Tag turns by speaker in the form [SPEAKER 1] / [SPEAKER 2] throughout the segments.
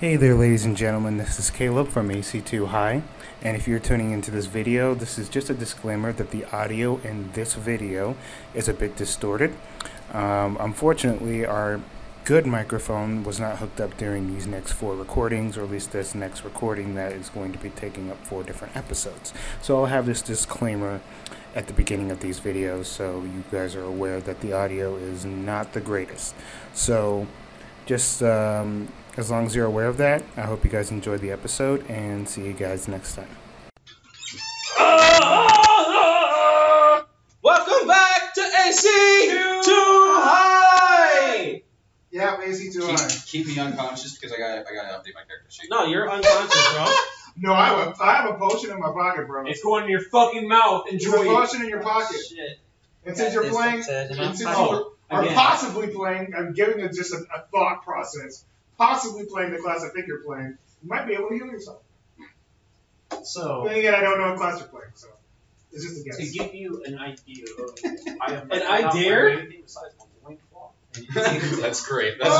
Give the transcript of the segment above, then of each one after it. [SPEAKER 1] Hey there, ladies and gentlemen. This is Caleb from AC2 High, and if you're tuning into this video, this is just a disclaimer that the audio in this video is a bit distorted. Um, unfortunately, our good microphone was not hooked up during these next four recordings, or at least this next recording that is going to be taking up four different episodes. So I'll have this disclaimer at the beginning of these videos so you guys are aware that the audio is not the greatest. So just um, as long as you're aware of that, I hope you guys enjoyed the episode and see you guys next time.
[SPEAKER 2] Welcome back to AC Too High.
[SPEAKER 3] Yeah, AC too
[SPEAKER 4] keep,
[SPEAKER 3] high.
[SPEAKER 4] keep me unconscious because I got I got to update my character sheet.
[SPEAKER 2] No, you're unconscious, bro.
[SPEAKER 3] No, I have a, I have a potion in my pocket, bro.
[SPEAKER 5] It's going in your fucking mouth.
[SPEAKER 3] It's a
[SPEAKER 5] Enjoy it.
[SPEAKER 3] potion in your pocket.
[SPEAKER 2] Shit.
[SPEAKER 3] And since you're playing, and since you are
[SPEAKER 2] again.
[SPEAKER 3] possibly playing, I'm giving it just a, a thought process. Possibly playing the class I think you're playing, you might be able to heal yourself.
[SPEAKER 5] So,
[SPEAKER 2] Oh.
[SPEAKER 3] Then again, I don't know what class you're playing, so it's just a
[SPEAKER 5] to
[SPEAKER 3] guess.
[SPEAKER 5] give you an idea of I am
[SPEAKER 2] An
[SPEAKER 5] not
[SPEAKER 2] idea?
[SPEAKER 5] wearing anything besides my loincloth.
[SPEAKER 4] That's great. That's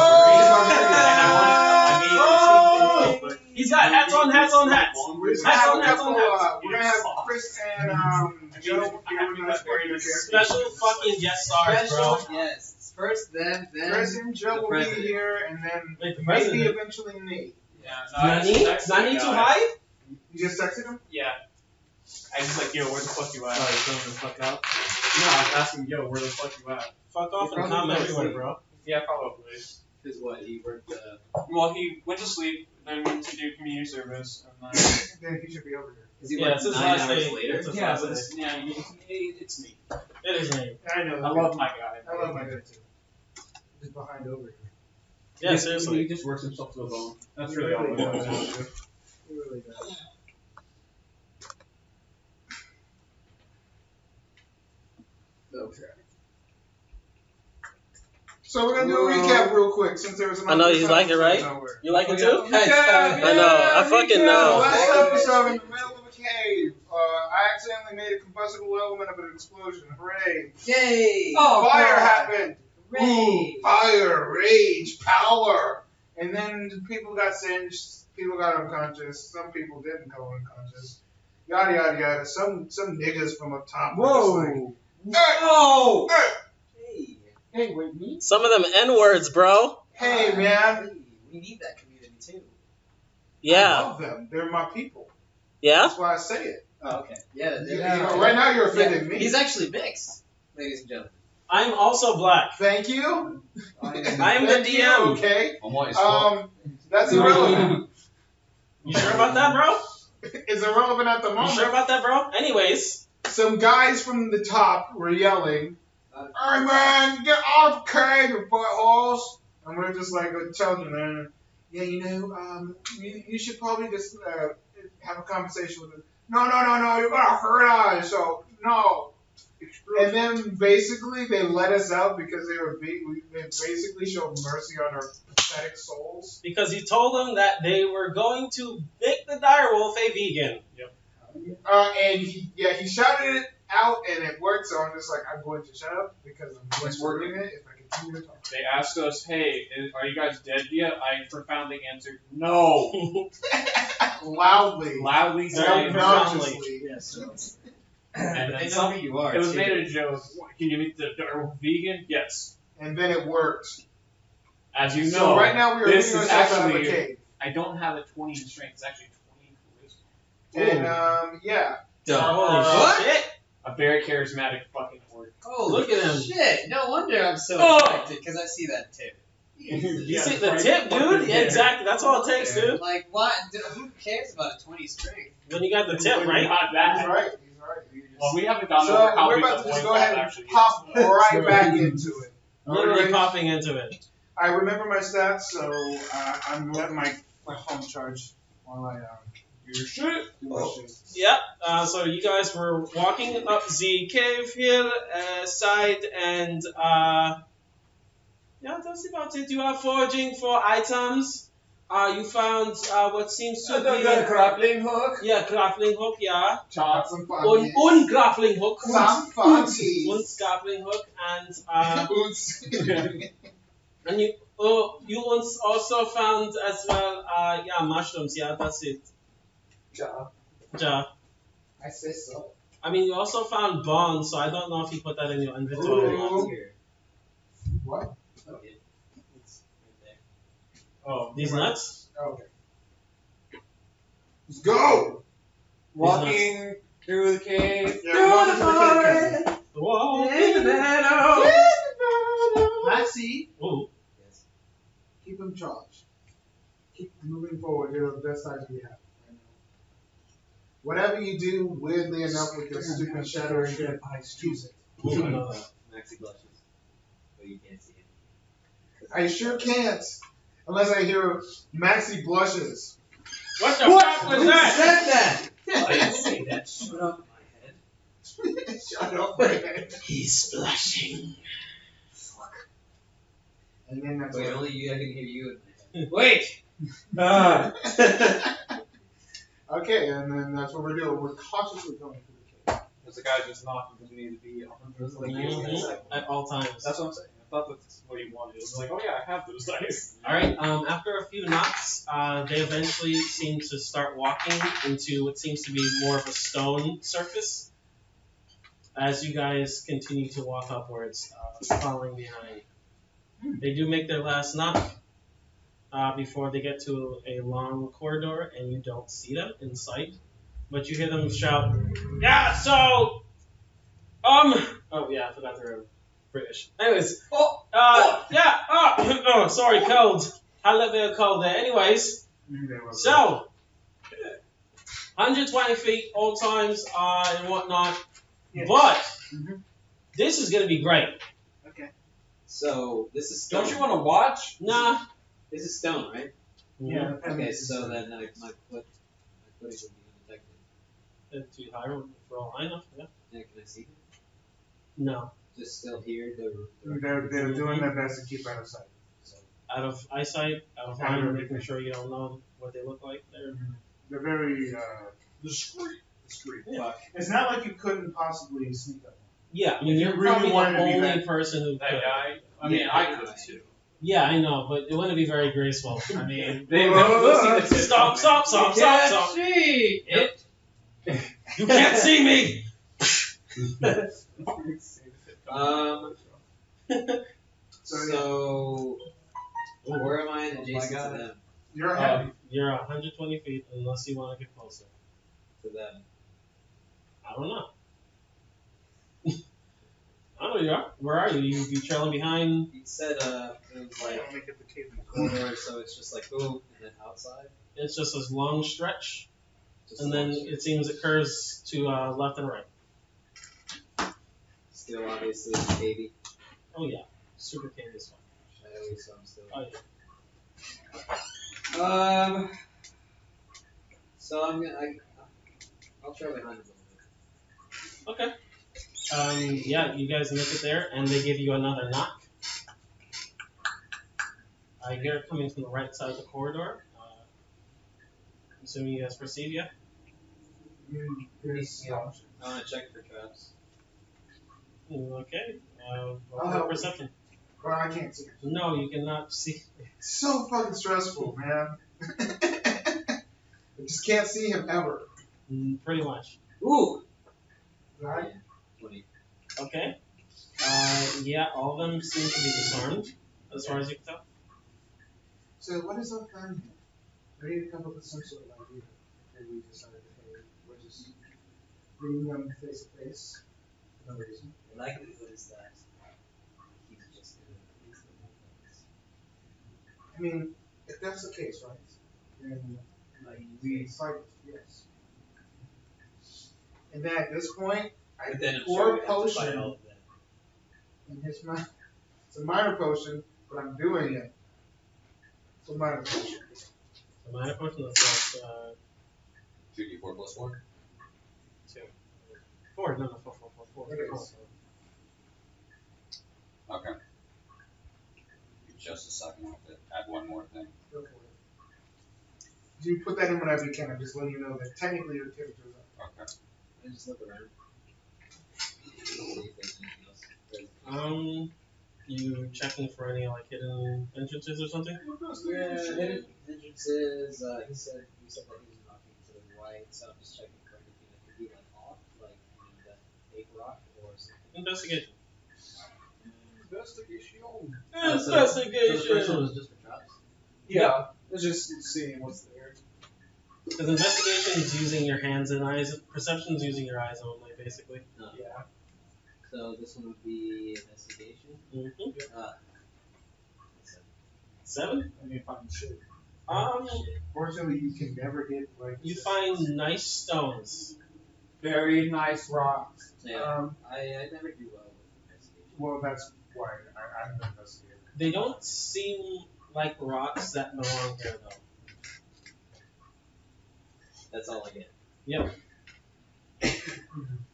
[SPEAKER 5] I mean, it's the same thing, but-
[SPEAKER 2] Oh! He's got hats on hats on hats.
[SPEAKER 3] We're just
[SPEAKER 2] Hats
[SPEAKER 3] gonna have
[SPEAKER 2] on
[SPEAKER 3] a
[SPEAKER 2] hats on
[SPEAKER 3] couple,
[SPEAKER 2] hats.
[SPEAKER 3] uh, we're gonna have Chris and um,
[SPEAKER 2] Mm-hmm.
[SPEAKER 5] I mean,
[SPEAKER 3] Joe.
[SPEAKER 5] I have to
[SPEAKER 3] doing
[SPEAKER 5] be
[SPEAKER 3] us for your character.
[SPEAKER 2] Special fucking guest stars, bro.
[SPEAKER 6] Yes. First then, then.
[SPEAKER 3] Chris and Joe
[SPEAKER 6] the
[SPEAKER 3] will be
[SPEAKER 6] president.
[SPEAKER 3] here, and then
[SPEAKER 2] Wait, the
[SPEAKER 3] maybe
[SPEAKER 2] president.
[SPEAKER 3] eventually me.
[SPEAKER 2] Nani? Nani Too High?
[SPEAKER 3] You just texted him.
[SPEAKER 5] Yeah. I just like, yo, where the fuck you at? Sorry, throwing the fuck out. No, I was asking, yo, where the fuck you at?
[SPEAKER 2] Fuck off
[SPEAKER 6] You're
[SPEAKER 2] and
[SPEAKER 6] probably
[SPEAKER 2] comment
[SPEAKER 6] not
[SPEAKER 2] everywhere,
[SPEAKER 6] asleep.
[SPEAKER 2] bro.
[SPEAKER 5] Yeah, probably.
[SPEAKER 6] Is what he worked. Uh,
[SPEAKER 5] Well, he went to sleep, then went to do community service, and then.
[SPEAKER 3] then he should be over here.
[SPEAKER 6] is he
[SPEAKER 2] Yeah,
[SPEAKER 6] worked
[SPEAKER 2] it's his
[SPEAKER 6] nine
[SPEAKER 2] last
[SPEAKER 6] hours
[SPEAKER 2] day.
[SPEAKER 6] later?
[SPEAKER 2] It's his
[SPEAKER 5] Yeah,
[SPEAKER 2] last
[SPEAKER 5] but
[SPEAKER 2] day.
[SPEAKER 5] it's, yeah, you- it- it's me.
[SPEAKER 2] It is me.
[SPEAKER 3] I know.
[SPEAKER 5] I love my guy.
[SPEAKER 3] I love my guy too. Just behind over here.
[SPEAKER 2] Yeah,
[SPEAKER 6] He-
[SPEAKER 2] seriously.
[SPEAKER 6] He just works himself to a bone.
[SPEAKER 5] That's really all it
[SPEAKER 3] Really
[SPEAKER 5] is.
[SPEAKER 3] does. He really does.
[SPEAKER 6] Okay.
[SPEAKER 3] So we're gonna do a recap real quick since there was. an
[SPEAKER 2] I know, you
[SPEAKER 3] episode
[SPEAKER 2] like it, right?
[SPEAKER 3] somewhere.
[SPEAKER 2] You like it too?
[SPEAKER 3] Yeah,
[SPEAKER 2] I know, I
[SPEAKER 3] yeah,
[SPEAKER 2] fucking
[SPEAKER 3] recap.
[SPEAKER 2] know.
[SPEAKER 3] Last episode in the middle of a cave, uh, I accidentally made a combustible element of an explosion. Hooray!
[SPEAKER 6] Yay!
[SPEAKER 2] Oh,
[SPEAKER 3] fire happened.
[SPEAKER 6] Hooray!
[SPEAKER 3] Ooh, fire, rage, power, and then people got singed. People got unconscious. Some people didn't go unconscious. Yada yada yada. Some some niggas from up top. were just like, Whoa!
[SPEAKER 6] Whoa!
[SPEAKER 3] "Hey,
[SPEAKER 6] Hey!
[SPEAKER 3] Hey, wait, me?
[SPEAKER 2] Some of them N words, bro.
[SPEAKER 3] Hey, man.
[SPEAKER 6] Hey, We need that community too.
[SPEAKER 3] I
[SPEAKER 2] Yeah.
[SPEAKER 3] love them. They're my people.
[SPEAKER 2] Yeah?
[SPEAKER 3] That's why I say it.
[SPEAKER 6] Oh, okay. Yeah.
[SPEAKER 3] You-
[SPEAKER 6] there-
[SPEAKER 3] you
[SPEAKER 6] yeah.
[SPEAKER 3] know, right now you're offending
[SPEAKER 6] Yeah.
[SPEAKER 3] me.
[SPEAKER 6] He's actually mixed, ladies and gentlemen.
[SPEAKER 2] I'm also black.
[SPEAKER 3] Thank you.
[SPEAKER 2] I'm the
[SPEAKER 3] Thank you,
[SPEAKER 2] DM.
[SPEAKER 3] okay.
[SPEAKER 4] I'm white as fuck.
[SPEAKER 3] Um, that's irrelevant.
[SPEAKER 2] You sure about that, bro?
[SPEAKER 3] it's irrelevant at the
[SPEAKER 2] You sure
[SPEAKER 3] moment.
[SPEAKER 2] about that, bro? Anyways,
[SPEAKER 3] Some guys from the top were yelling,
[SPEAKER 6] Uh,
[SPEAKER 3] "Hey man, get off cave, you buttholes!" And we're just like telling them, man, "Yeah, you know, um, you, you should probably just uh, have a conversation with them." No, no, no, no, you're gonna hurt us. So no, And then basically they let us out because they were be- we- they basically showed mercy on our pathetic souls.
[SPEAKER 2] because he told them that they were going to make the direwolf a vegan. Yep.
[SPEAKER 3] Uh, and he, yeah, he shouted it out and it worked. So I'm just like, I'm going to shut up because I'm going
[SPEAKER 4] It's
[SPEAKER 3] to
[SPEAKER 4] working.
[SPEAKER 3] ruin it if I continue to talk.
[SPEAKER 5] They asked us, hey, is, are you guys dead yet? I profoundly answered, no.
[SPEAKER 3] Loudly,
[SPEAKER 5] Loudly
[SPEAKER 2] Very
[SPEAKER 5] saying,
[SPEAKER 2] profound.
[SPEAKER 3] obnoxiously.
[SPEAKER 6] yes. They
[SPEAKER 5] and then
[SPEAKER 6] know
[SPEAKER 5] some,
[SPEAKER 6] who you are.
[SPEAKER 5] it was
[SPEAKER 6] too.
[SPEAKER 5] made a joke. Can you meet the dark vegan? Yes.
[SPEAKER 3] And then it worked.
[SPEAKER 5] As you know,
[SPEAKER 3] so right now we are
[SPEAKER 5] this
[SPEAKER 3] leading
[SPEAKER 5] is
[SPEAKER 3] ourselves out of a
[SPEAKER 5] actually-
[SPEAKER 3] cave.
[SPEAKER 5] I don't have a 20 in strength. It's actually 20 in charisma.
[SPEAKER 3] And um, yeah,
[SPEAKER 4] Dumb.
[SPEAKER 2] Holy
[SPEAKER 6] Uh, what?
[SPEAKER 2] shit!
[SPEAKER 5] A very charismatic fucking orc.
[SPEAKER 6] Oh,
[SPEAKER 2] Look at him.
[SPEAKER 6] Shit! No wonder I'm so
[SPEAKER 2] Oh.
[SPEAKER 6] attracted because I see that tip.
[SPEAKER 2] You
[SPEAKER 5] Yeah,
[SPEAKER 2] see the
[SPEAKER 5] right
[SPEAKER 2] tip,
[SPEAKER 5] fucking
[SPEAKER 2] dude? Yeah,
[SPEAKER 5] there.
[SPEAKER 2] exactly. That's all it takes, dude.
[SPEAKER 6] Like, what? Dude, who cares about a 20 strength?
[SPEAKER 2] When you got the tip,
[SPEAKER 5] We're
[SPEAKER 2] right?
[SPEAKER 5] Not
[SPEAKER 3] he's
[SPEAKER 5] that. Oh,
[SPEAKER 3] right. He's right. He just-
[SPEAKER 5] Well, we haven't gone
[SPEAKER 3] So
[SPEAKER 5] over how
[SPEAKER 3] we're
[SPEAKER 5] big
[SPEAKER 3] about
[SPEAKER 5] the
[SPEAKER 3] to just go
[SPEAKER 5] loincloth
[SPEAKER 3] ahead and
[SPEAKER 5] actually is.
[SPEAKER 3] pop right
[SPEAKER 6] Sure.
[SPEAKER 3] back into it. Are we
[SPEAKER 2] Literally
[SPEAKER 3] ready?
[SPEAKER 2] popping into it.
[SPEAKER 3] I remember my stats, so uh, I'm letting my, my phone charge while I um,
[SPEAKER 5] Your shit.
[SPEAKER 3] do my shit.
[SPEAKER 2] Yep. Uh, so you guys were walking up the cave hill uh, side, and uh, yeah, that's about it. You are foraging for items. Uh, you found uh, what seems to be
[SPEAKER 6] grappling hook.
[SPEAKER 2] yeah, grappling hook. Yeah,
[SPEAKER 3] Chops and
[SPEAKER 2] un,
[SPEAKER 3] foggies.
[SPEAKER 2] un grappling hook. Um,
[SPEAKER 3] Some foggies.
[SPEAKER 2] Un grappling hook, and uh,
[SPEAKER 3] Oots.
[SPEAKER 2] and you Oh, you als- also found as well, uh, yeah, mushrooms. Yeah, that's it.
[SPEAKER 6] Job.
[SPEAKER 2] Yeah.
[SPEAKER 6] I say so.
[SPEAKER 2] I mean, you also found bones, so I don't know if you put that in your inventory.
[SPEAKER 3] Ooh.
[SPEAKER 6] It's here.
[SPEAKER 3] What?
[SPEAKER 6] Okay. It's right there.
[SPEAKER 5] Oh,
[SPEAKER 2] These nuts?
[SPEAKER 3] Okay. Let's go.
[SPEAKER 6] Walking through the cave.
[SPEAKER 3] Yeah,
[SPEAKER 6] through the
[SPEAKER 3] walking through the
[SPEAKER 6] forest.
[SPEAKER 2] Whoa.
[SPEAKER 6] In the meadow.
[SPEAKER 3] Maxie,
[SPEAKER 2] Ooh.
[SPEAKER 6] Yes.
[SPEAKER 3] keep him charged. Keep moving forward. You're the best idea we have. right now. Whatever you do, weirdly enough, with your stupid shadow shit, choose it.
[SPEAKER 2] Ooh, I know that.
[SPEAKER 6] Maxi blushes. But you can't see it.
[SPEAKER 3] I sure can't. Unless I hear Maxie blushes.
[SPEAKER 2] What the fuck was
[SPEAKER 6] Who
[SPEAKER 2] that?
[SPEAKER 6] said that?
[SPEAKER 4] I didn't
[SPEAKER 6] say that. Shut up, my head.
[SPEAKER 3] Shut up, man.
[SPEAKER 2] He's blushing.
[SPEAKER 3] And then that's
[SPEAKER 6] Wait,
[SPEAKER 3] what.
[SPEAKER 6] only you. I can hear you. In my head. Wait.
[SPEAKER 5] Ah.
[SPEAKER 3] Okay, and then that's what we're doing. We're cautiously going through the cave.
[SPEAKER 5] There's a guy just knocking because we need to be 100 like, years in a
[SPEAKER 2] Mhm.
[SPEAKER 5] second.
[SPEAKER 2] At all times.
[SPEAKER 5] That's what I'm saying. I thought that's what he wanted. It was like, oh yeah, I have those dice.
[SPEAKER 2] All right. Um, after a few knocks, uh, they eventually seem to start walking into what seems to be more of a stone surface. As you guys continue to walk upwards, uh, following behind, they do make their last knock uh, before they get to a long corridor, and you don't see them in sight, but you hear them shout, "Yeah, so, um, oh yeah, I forgot they're British. Anyways,
[SPEAKER 6] Oh,
[SPEAKER 2] uh, yeah. Oh, oh, sorry, cold. High level of cold there. Anyways,
[SPEAKER 3] Mm,
[SPEAKER 2] so 120 feet, all times, uh, and whatnot. But
[SPEAKER 3] Mhm.
[SPEAKER 2] this is gonna be great.
[SPEAKER 6] so this is stone.
[SPEAKER 4] Don't you want to watch?
[SPEAKER 2] Nah.
[SPEAKER 6] This is stone, right?
[SPEAKER 5] Yeah.
[SPEAKER 6] Okay, so then like my foot, my footing would be undetected.
[SPEAKER 2] Too high for all I know. Yeah.
[SPEAKER 6] Yeah, can I see? him?
[SPEAKER 2] No,
[SPEAKER 6] Just still here. The, the
[SPEAKER 3] Mm, They're, they're doing their best to keep out of sight.
[SPEAKER 6] so,
[SPEAKER 2] out of eyesight, out of
[SPEAKER 3] Yeah,
[SPEAKER 2] mind,
[SPEAKER 3] you're
[SPEAKER 2] making
[SPEAKER 3] right.
[SPEAKER 2] sure you don't know what they look like. There.
[SPEAKER 3] They're very uh,
[SPEAKER 5] Discreet.
[SPEAKER 3] discreet.
[SPEAKER 2] Yeah.
[SPEAKER 5] Fuck.
[SPEAKER 3] It's not like you couldn't possibly sneak up.
[SPEAKER 2] Yeah, I mean,
[SPEAKER 3] If you
[SPEAKER 2] you're
[SPEAKER 3] really
[SPEAKER 2] probably
[SPEAKER 3] wanted
[SPEAKER 2] the
[SPEAKER 3] to be
[SPEAKER 2] only
[SPEAKER 3] that-
[SPEAKER 2] person who
[SPEAKER 5] That
[SPEAKER 2] could.
[SPEAKER 5] guy. I mean,
[SPEAKER 6] Yeah.
[SPEAKER 5] I could too.
[SPEAKER 2] Yeah, I know, but it wouldn't be very graceful. I mean,
[SPEAKER 5] They, they,
[SPEAKER 3] Whoa.
[SPEAKER 5] they'll see the tip.
[SPEAKER 2] stop, stop, stop, stop,
[SPEAKER 6] Can't
[SPEAKER 2] stop.
[SPEAKER 6] see
[SPEAKER 2] Yep. You can't see me.
[SPEAKER 6] Um.
[SPEAKER 3] So,
[SPEAKER 6] So where am I in
[SPEAKER 5] Oh my
[SPEAKER 6] adjacent
[SPEAKER 5] God.
[SPEAKER 6] to them?
[SPEAKER 3] You're ahead.
[SPEAKER 2] Um, you're 120 feet unless you want to get closer.
[SPEAKER 6] To them.
[SPEAKER 2] I don't know. I don't know you are. Where are you? You you trailing behind?
[SPEAKER 6] You said uh, it was like
[SPEAKER 3] make it the cave.
[SPEAKER 6] corridor, so it's just like boom, and then outside.
[SPEAKER 2] It's just this long stretch,
[SPEAKER 6] Just
[SPEAKER 2] and then it seems it curves to uh, left and right.
[SPEAKER 6] still obviously a baby
[SPEAKER 2] Oh yeah, super candy spot.
[SPEAKER 6] shadowy, so I'm still.
[SPEAKER 2] Oh yeah.
[SPEAKER 6] Um. So I'm gonna. I, I'll try behind him a
[SPEAKER 2] Okay. Um, yeah, you guys make it there, and they give you another knock. I hear it coming from the right side of the corridor. Uh, assuming you guys perceive, yeah.
[SPEAKER 3] There's
[SPEAKER 6] Yeah. little bit. I want to check for traps.
[SPEAKER 2] Okay. Uh,
[SPEAKER 3] I'll
[SPEAKER 2] roll for
[SPEAKER 3] help.
[SPEAKER 2] perception.
[SPEAKER 3] Bro, I can't see.
[SPEAKER 2] No, you cannot see.
[SPEAKER 3] It's so fucking stressful, man. I just can't see him ever.
[SPEAKER 2] Mm, Pretty much.
[SPEAKER 6] Ooh.
[SPEAKER 3] Right?
[SPEAKER 6] Twenty.
[SPEAKER 2] Okay. Uh, yeah, all of them seem to be disarmed, as far as you can tell.
[SPEAKER 3] So what is our plan here? We need to come up with some sort of idea. And we decided, hey, we're just bringing them face to face. for No reason.
[SPEAKER 6] The likelihood is that he's just gonna use the whole thing.
[SPEAKER 3] I mean, if that's the case, right? Then like we fight, yes. And then at this point, I
[SPEAKER 6] But then I'm
[SPEAKER 3] pour
[SPEAKER 6] sure
[SPEAKER 3] a
[SPEAKER 6] we have to fight
[SPEAKER 3] potion
[SPEAKER 6] all of them.
[SPEAKER 3] in his mouth. It's a minor potion, but I'm doing it. It's a minor potion.
[SPEAKER 2] The minor portion that's like uh,
[SPEAKER 4] 2d4 plus 4.
[SPEAKER 2] two. Four, no, no, four, four, four, four.
[SPEAKER 3] It
[SPEAKER 2] four.
[SPEAKER 3] is.
[SPEAKER 4] Okay. Just a second. I have to add one more thing.
[SPEAKER 3] Go for it. You put that in whenever you can. I'm just letting you know that technically your character is up.
[SPEAKER 4] Okay.
[SPEAKER 6] I just look around. See if there's anything else.
[SPEAKER 2] Um, you checking for any like hidden entrances or something?
[SPEAKER 6] Yeah, hidden entrances. Uh, he said he said that he was knocking to the right, so I'm just checking for anything that could be like off, like in the big rock or something.
[SPEAKER 2] Investigation.
[SPEAKER 4] Investigation.
[SPEAKER 6] Uh, so- So the first one
[SPEAKER 2] investigation.
[SPEAKER 6] was just for traps.
[SPEAKER 2] Yeah.
[SPEAKER 6] Let's just see what's there.
[SPEAKER 2] Because investigation is using your hands and eyes. Perception is using your eyes only, basically.
[SPEAKER 6] No. So this one would be investigation.
[SPEAKER 2] Mm-hmm.
[SPEAKER 6] Uh,
[SPEAKER 2] Seven.
[SPEAKER 3] I mean, fucking shit.
[SPEAKER 2] Um,
[SPEAKER 3] Fortunately, you can never get like.
[SPEAKER 2] you find nice stones.
[SPEAKER 5] Very nice rocks.
[SPEAKER 6] yeah,
[SPEAKER 3] Um,
[SPEAKER 6] I, I never do well with investigation.
[SPEAKER 3] well, that's why I, I'm the investigator.
[SPEAKER 2] They don't seem like rocks that belong there though.
[SPEAKER 6] That's all I get.
[SPEAKER 5] Wow,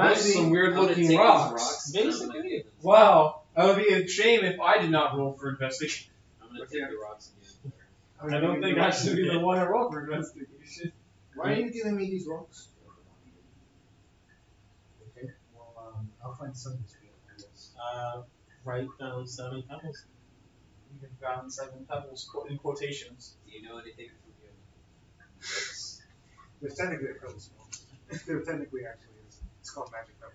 [SPEAKER 6] I'm
[SPEAKER 5] those are some
[SPEAKER 6] gonna-
[SPEAKER 5] weird
[SPEAKER 6] I'm gonna take
[SPEAKER 5] looking
[SPEAKER 6] these
[SPEAKER 5] rocks.
[SPEAKER 6] rocks and I'm gonna
[SPEAKER 2] Basically.
[SPEAKER 6] give them-
[SPEAKER 5] Wow, that would be a shame if I did not roll for investigation.
[SPEAKER 6] I'm gonna take the rocks and give them.
[SPEAKER 5] I don't think I should be the one to roll for investigation.
[SPEAKER 3] Why are you giving me these rocks? Okay. Well, um, I'll find some this week. I guess.
[SPEAKER 2] Uh, write down seven pebbles.
[SPEAKER 5] You can found seven pebbles quote- in quotations.
[SPEAKER 6] Do you know anything from your
[SPEAKER 3] They're technically a pebble spell. They're technically actually is. It's called magic pebble.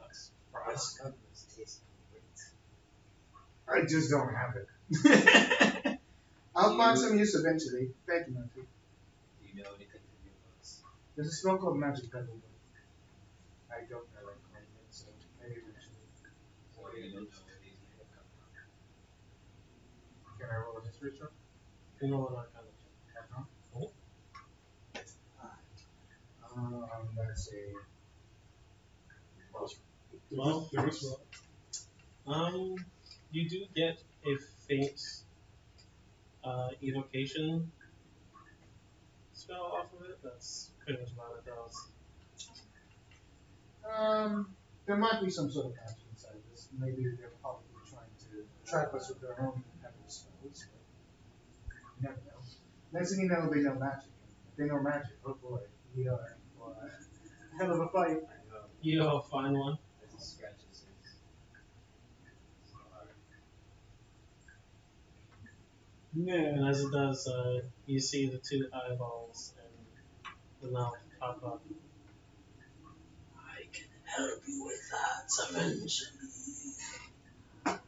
[SPEAKER 5] Nice.
[SPEAKER 3] Rocks.
[SPEAKER 6] customers taste great?
[SPEAKER 3] I just don't have it.
[SPEAKER 5] I
[SPEAKER 3] I'll find some use eventually. Thank you, Matthew.
[SPEAKER 6] Do you know anything from your books?
[SPEAKER 3] There's a spell called magic pebble. But I don't know what it's called, so maybe eventually.
[SPEAKER 6] Or you don't know where these may have come from?
[SPEAKER 3] Can I roll a history check?
[SPEAKER 2] You know what I'm kind of.
[SPEAKER 6] Oh.
[SPEAKER 3] Um, let's see.
[SPEAKER 2] Well, Um, you do get a faint uh, evocation spell off of it. That's pretty much about it. That was
[SPEAKER 3] Um, there might be some sort of patch inside this. Maybe they're probably trying to trap us with their own pebble spells. But you never know. Next thing you know, they know magic. If they know magic. Oh boy, we are for a hell of a fight.
[SPEAKER 6] I know.
[SPEAKER 2] you'll find one.
[SPEAKER 6] There's a scratch that says- So, uh,
[SPEAKER 2] And as it does, uh, you see the two eyeballs and the mouth pop up. I can help you with that dimension.
[SPEAKER 6] so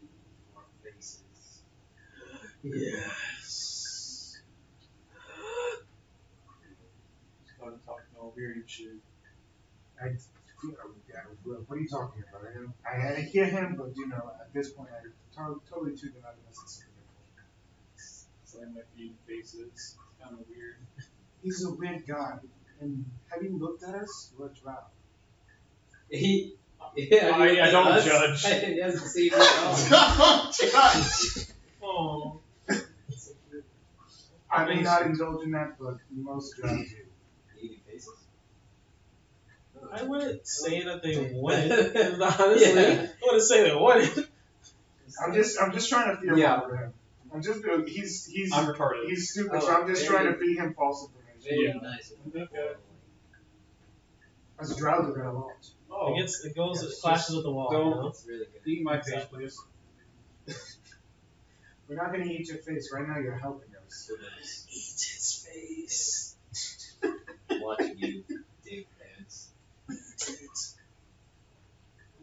[SPEAKER 6] you need more faces.
[SPEAKER 2] Yes.
[SPEAKER 5] started talking all weird and shit.
[SPEAKER 3] I, you know, yeah, look, what are you talking about? I, don't- I, I hear him, but you know, at this point, I to- totally tuned him out of this.
[SPEAKER 5] Slam my feet in faces. It's kind of weird.
[SPEAKER 3] He's a weird guy. And have you looked at us? What drop?
[SPEAKER 6] He, yeah,
[SPEAKER 5] I- I don't judge.
[SPEAKER 6] He hasn't seen me at all.
[SPEAKER 2] Oh,
[SPEAKER 3] I may not indulge in that, but most drop do.
[SPEAKER 6] Eating faces?
[SPEAKER 2] I wouldn't say that they wouldn't. Honestly, I wouldn't say they wouldn't.
[SPEAKER 3] I'm just I'm just trying to feel
[SPEAKER 5] Yeah.
[SPEAKER 3] out for him. I'm just uh, he's he's
[SPEAKER 5] I'm retarded.
[SPEAKER 3] he's stupid, so
[SPEAKER 6] Oh,
[SPEAKER 3] I'm just
[SPEAKER 6] there
[SPEAKER 3] trying
[SPEAKER 6] you
[SPEAKER 3] to feed him false information.
[SPEAKER 6] Very
[SPEAKER 5] Yeah.
[SPEAKER 6] nice.
[SPEAKER 5] Okay.
[SPEAKER 3] As a drought that I lost.
[SPEAKER 2] It
[SPEAKER 5] Oh,
[SPEAKER 2] gets, it goes, it
[SPEAKER 5] Yes,
[SPEAKER 2] clashes with the wall.
[SPEAKER 5] don't-
[SPEAKER 2] you know?
[SPEAKER 6] That's really good.
[SPEAKER 5] eat my face, please.
[SPEAKER 3] We're not gonna eat your face right now. You're helping us.
[SPEAKER 6] So nice.
[SPEAKER 2] Eat his face.
[SPEAKER 6] Watching you dig pants.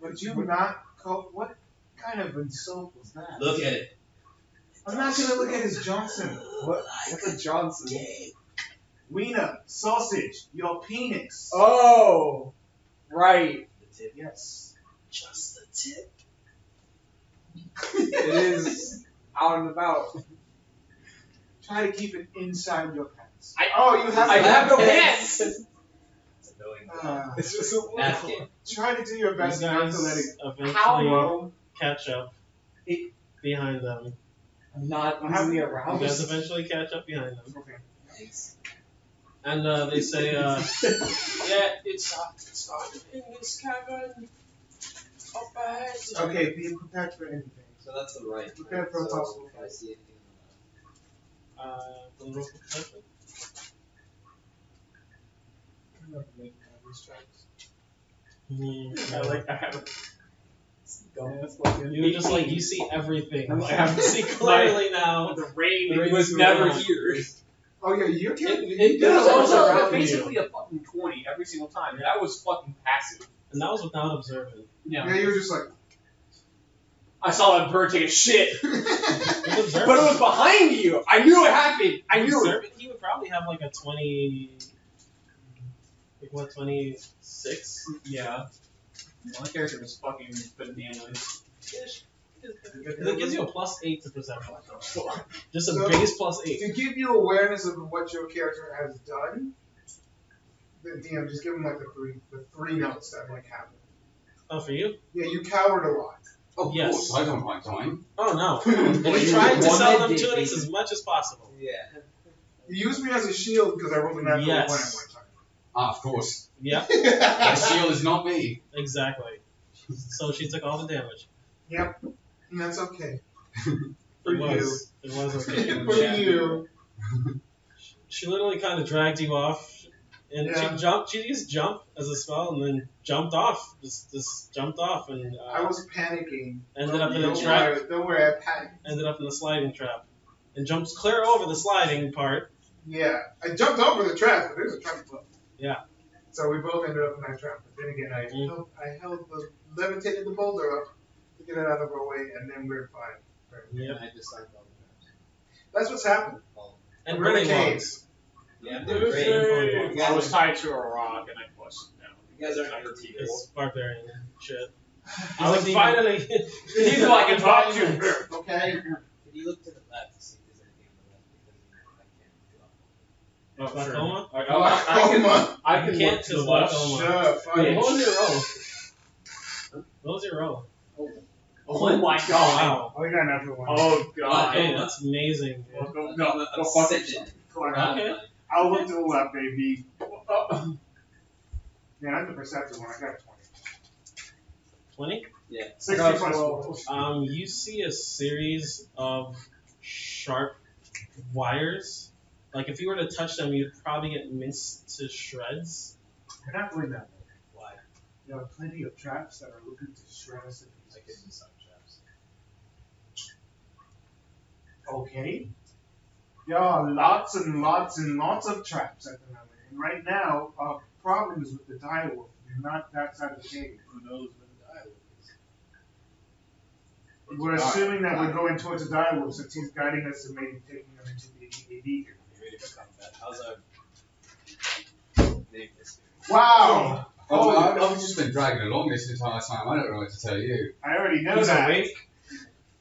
[SPEAKER 3] Would you not call what kind of insult was that?
[SPEAKER 6] Look at it.
[SPEAKER 3] I'm not gonna look at his Johnson. What?
[SPEAKER 5] What's a Johnson?
[SPEAKER 3] Wiener, sausage, your penis.
[SPEAKER 5] Oh, right.
[SPEAKER 6] The tip.
[SPEAKER 3] yes.
[SPEAKER 2] Just the tip.
[SPEAKER 5] It is out and about.
[SPEAKER 3] Try to keep it inside your pants.
[SPEAKER 5] I-
[SPEAKER 3] oh, you have.
[SPEAKER 5] I
[SPEAKER 3] to-
[SPEAKER 5] have no pants.
[SPEAKER 6] It's annoying.
[SPEAKER 3] Ah,
[SPEAKER 5] It's just a
[SPEAKER 6] Napkin.
[SPEAKER 3] try to do your
[SPEAKER 2] You guys
[SPEAKER 3] best not to let it.
[SPEAKER 2] eventually
[SPEAKER 5] How low?
[SPEAKER 2] catch up
[SPEAKER 5] It-
[SPEAKER 2] behind them.
[SPEAKER 5] I'm not
[SPEAKER 3] How-
[SPEAKER 5] easily
[SPEAKER 2] You
[SPEAKER 5] aroused.
[SPEAKER 2] guys eventually catch up behind them.
[SPEAKER 3] Okay.
[SPEAKER 6] Thanks.
[SPEAKER 2] And uh, they say, uh, yeah, it's hot. It's hot in this cavern. Up ahead.
[SPEAKER 3] Okay. Be prepared for anything.
[SPEAKER 6] So that's the right.
[SPEAKER 3] Prepare for a
[SPEAKER 6] so
[SPEAKER 3] possible
[SPEAKER 6] If I see anything
[SPEAKER 2] Uh, the rope of perception.
[SPEAKER 5] I
[SPEAKER 2] Hmm, Hmm,
[SPEAKER 5] like I have Go. fucking.
[SPEAKER 2] You're just like you see everything.
[SPEAKER 5] I'm
[SPEAKER 2] You
[SPEAKER 5] like, I'm-
[SPEAKER 2] see clearly now.
[SPEAKER 5] the rain.
[SPEAKER 2] The rain
[SPEAKER 5] is
[SPEAKER 2] was
[SPEAKER 5] going
[SPEAKER 2] never
[SPEAKER 5] on.
[SPEAKER 2] here.
[SPEAKER 3] Oh yeah, you can.
[SPEAKER 2] It-
[SPEAKER 3] you
[SPEAKER 2] it
[SPEAKER 3] did
[SPEAKER 5] It was
[SPEAKER 3] all
[SPEAKER 5] also
[SPEAKER 3] around you.
[SPEAKER 5] basically a fucking twenty every single time, and I was fucking passive.
[SPEAKER 2] And that was without observing.
[SPEAKER 5] Yeah.
[SPEAKER 3] Yeah, you were just like.
[SPEAKER 5] I saw that bird take a shit,
[SPEAKER 2] With
[SPEAKER 5] but it
[SPEAKER 2] observing,
[SPEAKER 5] was behind you. I knew it happened. I
[SPEAKER 2] with
[SPEAKER 5] knew it.
[SPEAKER 2] observing, he would probably have like a twenty. Like what, twenty six?
[SPEAKER 5] Yeah. My character was fucking bananas.
[SPEAKER 2] It gives you a plus eight to perception. Just a
[SPEAKER 3] So-
[SPEAKER 2] base plus eight.
[SPEAKER 3] to give you awareness of what your character has done, the DM just give them like the three the three notes that like happen.
[SPEAKER 2] Oh, for you?
[SPEAKER 3] Yeah, you cowered a lot.
[SPEAKER 4] Oh,
[SPEAKER 2] Yes.
[SPEAKER 4] cool, so I don't mind time.
[SPEAKER 2] Oh no.
[SPEAKER 4] Wait,
[SPEAKER 2] And he
[SPEAKER 6] you
[SPEAKER 2] tried to
[SPEAKER 6] wanted
[SPEAKER 2] sell them
[SPEAKER 6] it,
[SPEAKER 2] tunics
[SPEAKER 6] didn't
[SPEAKER 2] as much as possible.
[SPEAKER 6] Yeah.
[SPEAKER 3] You used me as a shield because I rolled a natural
[SPEAKER 2] Yes.
[SPEAKER 3] one
[SPEAKER 4] Ah, of course.
[SPEAKER 2] Yeah,
[SPEAKER 3] at
[SPEAKER 4] That
[SPEAKER 3] one time.
[SPEAKER 4] shield is not me.
[SPEAKER 2] exactly. So she took all the damage.
[SPEAKER 3] and that's okay.
[SPEAKER 2] It
[SPEAKER 3] For you.
[SPEAKER 2] was. It was
[SPEAKER 3] For
[SPEAKER 2] okay.
[SPEAKER 5] Yeah.
[SPEAKER 3] you.
[SPEAKER 2] She literally kind of dragged you off, and
[SPEAKER 3] Yeah.
[SPEAKER 2] she jumped. She used jump as a spell, and then jumped off. Just, just jumped off, and uh,
[SPEAKER 3] I was panicking.
[SPEAKER 2] ended up in a
[SPEAKER 3] don't
[SPEAKER 2] trap.
[SPEAKER 3] worry, don't worry, I panicked.
[SPEAKER 2] Ended up in the sliding trap, and jumps clear over the sliding part.
[SPEAKER 3] Yeah. I jumped over the trap, but there's a trap above.
[SPEAKER 2] Yeah.
[SPEAKER 3] So we both ended up in that trap. But then again I
[SPEAKER 2] Mhm.
[SPEAKER 3] held I held the levitated the boulder up to get it out of our way and then we we're fine.
[SPEAKER 2] Yep.
[SPEAKER 6] I just signed all the
[SPEAKER 3] That's what's happened.
[SPEAKER 2] And
[SPEAKER 3] We're
[SPEAKER 2] really
[SPEAKER 3] in a cave.
[SPEAKER 6] Yeah,
[SPEAKER 5] It
[SPEAKER 6] they're
[SPEAKER 5] was
[SPEAKER 6] great.
[SPEAKER 5] very-
[SPEAKER 6] You guys
[SPEAKER 5] I
[SPEAKER 6] are-
[SPEAKER 5] was tied to a rock and I busted down.
[SPEAKER 6] You guys aren't
[SPEAKER 5] I
[SPEAKER 6] good
[SPEAKER 5] hurt
[SPEAKER 6] people.
[SPEAKER 5] people.
[SPEAKER 2] It's barbarian and shit.
[SPEAKER 5] I was
[SPEAKER 2] He's
[SPEAKER 5] like,
[SPEAKER 2] finally.
[SPEAKER 5] He's like, I can talk to you.
[SPEAKER 3] Okay.
[SPEAKER 6] Can you look to the left to see if there's anything on the left? Because I can't do that.
[SPEAKER 5] Oh,
[SPEAKER 2] glaucoma.
[SPEAKER 5] I,
[SPEAKER 4] Oh,
[SPEAKER 5] I, I can,
[SPEAKER 3] my.
[SPEAKER 5] I
[SPEAKER 2] You
[SPEAKER 5] can
[SPEAKER 2] can't
[SPEAKER 5] look to the
[SPEAKER 2] just
[SPEAKER 5] left.
[SPEAKER 2] look.
[SPEAKER 3] Shut
[SPEAKER 2] Wait, what
[SPEAKER 3] up.
[SPEAKER 2] was your roll? What was your roll?
[SPEAKER 5] Oh my god.
[SPEAKER 2] Wow.
[SPEAKER 3] Oh, you got another one.
[SPEAKER 5] Oh god.
[SPEAKER 2] Hey, that's amazing. dude.
[SPEAKER 5] Well, go,
[SPEAKER 6] I'm-
[SPEAKER 5] go,
[SPEAKER 6] I'm-
[SPEAKER 5] go
[SPEAKER 6] I'm
[SPEAKER 5] fuck
[SPEAKER 6] sitting.
[SPEAKER 5] yourself.
[SPEAKER 3] Correct.
[SPEAKER 2] Okay.
[SPEAKER 3] I'll look to the left, baby.
[SPEAKER 5] Oh,
[SPEAKER 3] Yeah, I'm the perceptive one. I got a 20.
[SPEAKER 2] Twenty.
[SPEAKER 3] 60
[SPEAKER 5] That's
[SPEAKER 3] plus
[SPEAKER 5] well-
[SPEAKER 3] four.
[SPEAKER 2] Um, you see a series of sharp wires. Like if you were to touch them, you'd probably get minced to shreds.
[SPEAKER 3] We're not going that way.
[SPEAKER 6] Why?
[SPEAKER 3] There are plenty of traps that are looking to shred us
[SPEAKER 6] I
[SPEAKER 3] in
[SPEAKER 6] couldn't
[SPEAKER 3] pieces.
[SPEAKER 6] do sound traps.
[SPEAKER 3] Okay. There are lots and lots and lots of traps at the moment. And right now, our problem is with the dire wolf. We're not that side of the cave.
[SPEAKER 6] Who knows what the dialogue is?
[SPEAKER 3] We're assuming that we're going towards the dire wolf since he's guiding us and maybe taking us into the AD.
[SPEAKER 6] You ready for combat? How's our name this year?
[SPEAKER 3] Wow!
[SPEAKER 4] Oh,
[SPEAKER 3] Oh,
[SPEAKER 4] I've, I've just been dragging along this entire time. I don't know what to tell you.
[SPEAKER 3] I already know
[SPEAKER 2] He's
[SPEAKER 3] that.
[SPEAKER 2] awake.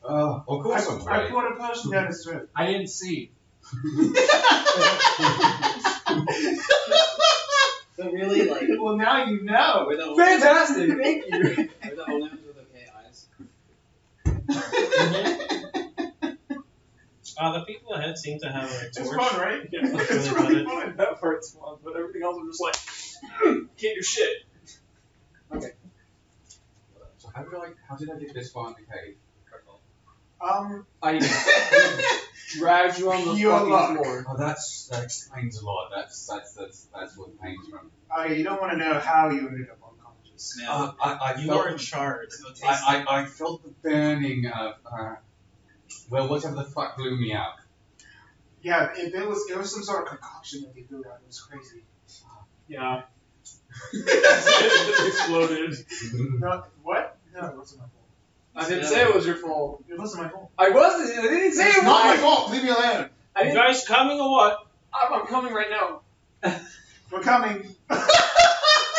[SPEAKER 4] Oh, of
[SPEAKER 3] I,
[SPEAKER 4] course I'm
[SPEAKER 3] I
[SPEAKER 4] right.
[SPEAKER 3] poured a potion down his throat.
[SPEAKER 5] I didn't see.
[SPEAKER 6] So really, like,
[SPEAKER 3] well, now you know.
[SPEAKER 6] we're the only,
[SPEAKER 5] Fantastic. Thank you.
[SPEAKER 6] we're the only ones with okay eyes.
[SPEAKER 2] Uh, the people ahead seem to have a
[SPEAKER 5] It's
[SPEAKER 2] torch.
[SPEAKER 5] fun, right?
[SPEAKER 2] Yeah.
[SPEAKER 5] it's really fun. That part's fun, but everything else I'm just like, hmm, can't do shit.
[SPEAKER 4] So how did I, how did I get this far in the cave?
[SPEAKER 3] Um,
[SPEAKER 5] I dragged you on the
[SPEAKER 3] Pure
[SPEAKER 5] fucking
[SPEAKER 3] luck.
[SPEAKER 5] floor.
[SPEAKER 4] Oh, that's, that explains a lot. That's, that's, that's, that's what the pain's from.
[SPEAKER 3] uh, you don't want to know how you ended up unconscious.
[SPEAKER 6] Smell.
[SPEAKER 4] Uh, I, I
[SPEAKER 2] You
[SPEAKER 4] felt
[SPEAKER 2] are in charge.
[SPEAKER 6] There's no taste.
[SPEAKER 4] I, I, I felt the burning of, uh, well, whatever the fuck blew me out.
[SPEAKER 3] Yeah, it, there was there was some sort of concoction that they threw out. It was crazy.
[SPEAKER 5] Yeah. it exploded.
[SPEAKER 3] No, what? No, it wasn't my fault.
[SPEAKER 5] I didn't say it was your fault.
[SPEAKER 3] It wasn't my fault.
[SPEAKER 5] I wasn't. I didn't say it
[SPEAKER 3] It's not my
[SPEAKER 5] was.
[SPEAKER 3] fault. Leave me alone.
[SPEAKER 5] I
[SPEAKER 2] You
[SPEAKER 5] didn't.
[SPEAKER 2] guys coming or what?
[SPEAKER 5] I'm, I'm coming right now.
[SPEAKER 3] We're coming.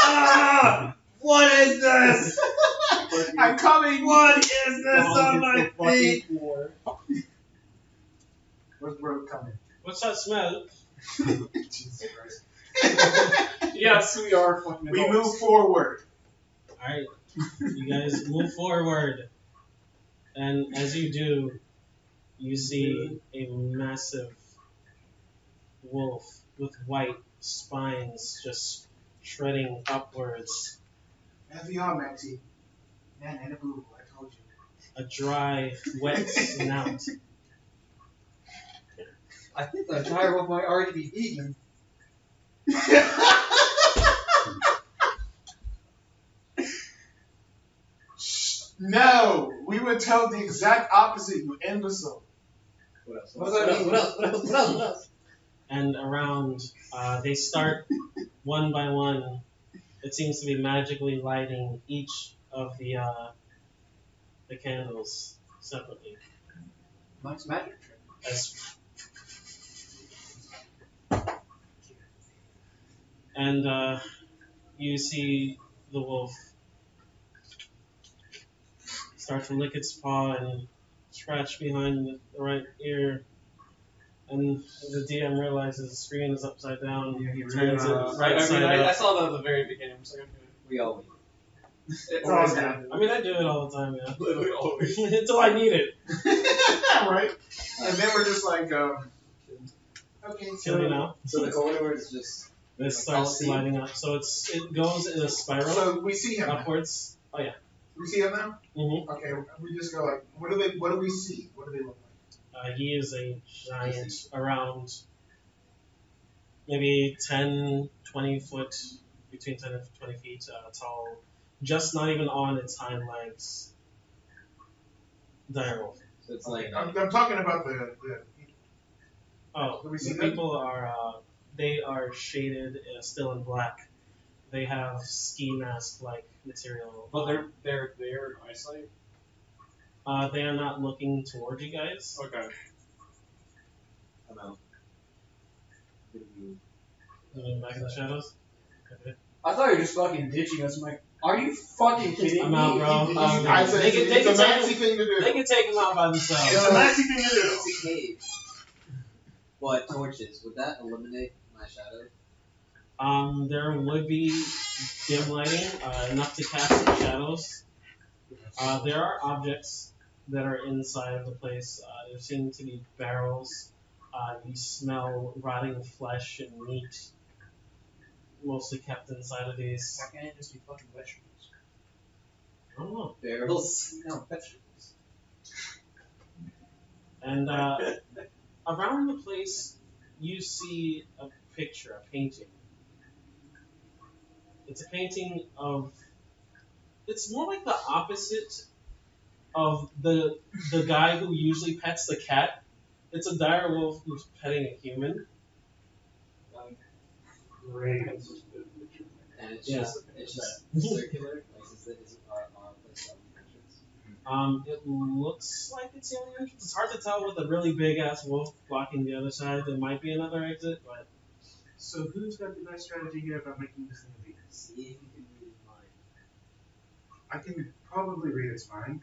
[SPEAKER 5] Ah!
[SPEAKER 3] What is this? I'm coming. What is this on my feet? Where's bro coming?
[SPEAKER 2] What's that smell?
[SPEAKER 3] Jesus Christ.
[SPEAKER 5] Yes, we are fucking.
[SPEAKER 3] we
[SPEAKER 5] adults.
[SPEAKER 3] move forward.
[SPEAKER 2] All right, you guys move forward, and as you do, you see a massive wolf with white spines just shredding upwards.
[SPEAKER 3] FDR, Maxie. Man, and a boo. I told you.
[SPEAKER 2] A dry, wet snout.
[SPEAKER 5] I think the gyro might already be eaten.
[SPEAKER 3] no. tell the exact opposite, you imbecile.
[SPEAKER 6] What else?
[SPEAKER 3] What
[SPEAKER 6] What,
[SPEAKER 3] does that
[SPEAKER 6] else? What else? What else? What else? What else?
[SPEAKER 2] and around uh, they start one by one. It seems to be magically lighting each of the uh, the candles separately.
[SPEAKER 4] Mike's magic trick.
[SPEAKER 2] As- and uh, you see the wolf start to lick its paw and scratch behind the right ear. And the DM realizes the screen is upside down.
[SPEAKER 5] he
[SPEAKER 2] turns it
[SPEAKER 5] realized-
[SPEAKER 2] right
[SPEAKER 5] I, mean,
[SPEAKER 2] side
[SPEAKER 5] I, I
[SPEAKER 2] up.
[SPEAKER 5] saw that at the very beginning. I'm just like, okay.
[SPEAKER 6] We all.
[SPEAKER 5] It's
[SPEAKER 3] Always
[SPEAKER 5] always
[SPEAKER 3] happens.
[SPEAKER 5] happened.
[SPEAKER 2] I mean, I do it all the time, yeah.
[SPEAKER 5] Literally always.
[SPEAKER 2] Until I need it.
[SPEAKER 3] right? And then we're just like, um, okay,
[SPEAKER 2] Kill me
[SPEAKER 3] so,
[SPEAKER 2] now.
[SPEAKER 6] So the corridor is just.
[SPEAKER 2] This
[SPEAKER 6] Like, I'll
[SPEAKER 2] starts
[SPEAKER 6] see.
[SPEAKER 2] sliding up. So it's it goes in a spiral
[SPEAKER 3] so we see him. now.
[SPEAKER 2] upwards. Oh, yeah.
[SPEAKER 3] We see him now.
[SPEAKER 2] hmm
[SPEAKER 3] Okay, we just go like, what do they? What do we see? What do they look like?
[SPEAKER 2] Uh, he is a giant, around maybe 10, 20 foot, between 10 and 20 feet uh, tall, just not even on its hind legs. Direwolf.
[SPEAKER 6] So it's like.
[SPEAKER 3] I'm, I'm talking about the, the
[SPEAKER 2] Oh,
[SPEAKER 3] Do we see
[SPEAKER 2] the
[SPEAKER 3] them?
[SPEAKER 2] people are, uh, they are shaded uh, still in black. They have ski mask like material.
[SPEAKER 5] But they're they're there in Iceland.
[SPEAKER 2] Uh, they are not looking toward you guys.
[SPEAKER 3] Oh.
[SPEAKER 5] Okay.
[SPEAKER 6] I'm out. What do you-
[SPEAKER 2] Moving back in the shadows. Okay.
[SPEAKER 4] I thought you were just fucking ditching us. I'm like, are you fucking kidding
[SPEAKER 2] I'm
[SPEAKER 4] me?
[SPEAKER 2] out, bro.
[SPEAKER 3] It's-
[SPEAKER 2] Um,
[SPEAKER 3] I said
[SPEAKER 2] they
[SPEAKER 3] it's,
[SPEAKER 2] can- they
[SPEAKER 3] it's a
[SPEAKER 2] can
[SPEAKER 3] nasty thing to do.
[SPEAKER 2] They can take them out by
[SPEAKER 3] it's
[SPEAKER 2] themselves.
[SPEAKER 3] a nasty thing to do.
[SPEAKER 6] It's a cave. But torches, would that eliminate my shadow?
[SPEAKER 2] Um, there would be dim lighting uh, enough to cast the shadows. Uh, there are objects that are inside of the place. Uh, there seem to be barrels. Uh, you smell rotting flesh and meat, mostly kept inside of these.
[SPEAKER 4] Why can't it just be fucking vegetables?
[SPEAKER 2] I don't know.
[SPEAKER 6] Barrels? No, vegetables.
[SPEAKER 2] And uh, around the place, you see a picture, a painting. It's a painting of. It's more like the opposite of the the guy who usually pets the cat. It's a dire wolf who's petting a human.
[SPEAKER 6] And it's
[SPEAKER 2] Yeah.
[SPEAKER 6] just, it's just circular. Like, is it, is it our, our place of entrance?
[SPEAKER 2] Um, it looks like it's the only entrance. It's hard to tell with a really big ass wolf blocking the other side. There might be another exit, but
[SPEAKER 5] So who's got the best strategy here about making this thing leak?
[SPEAKER 6] See if you can read mine.
[SPEAKER 3] I can probably read its mind.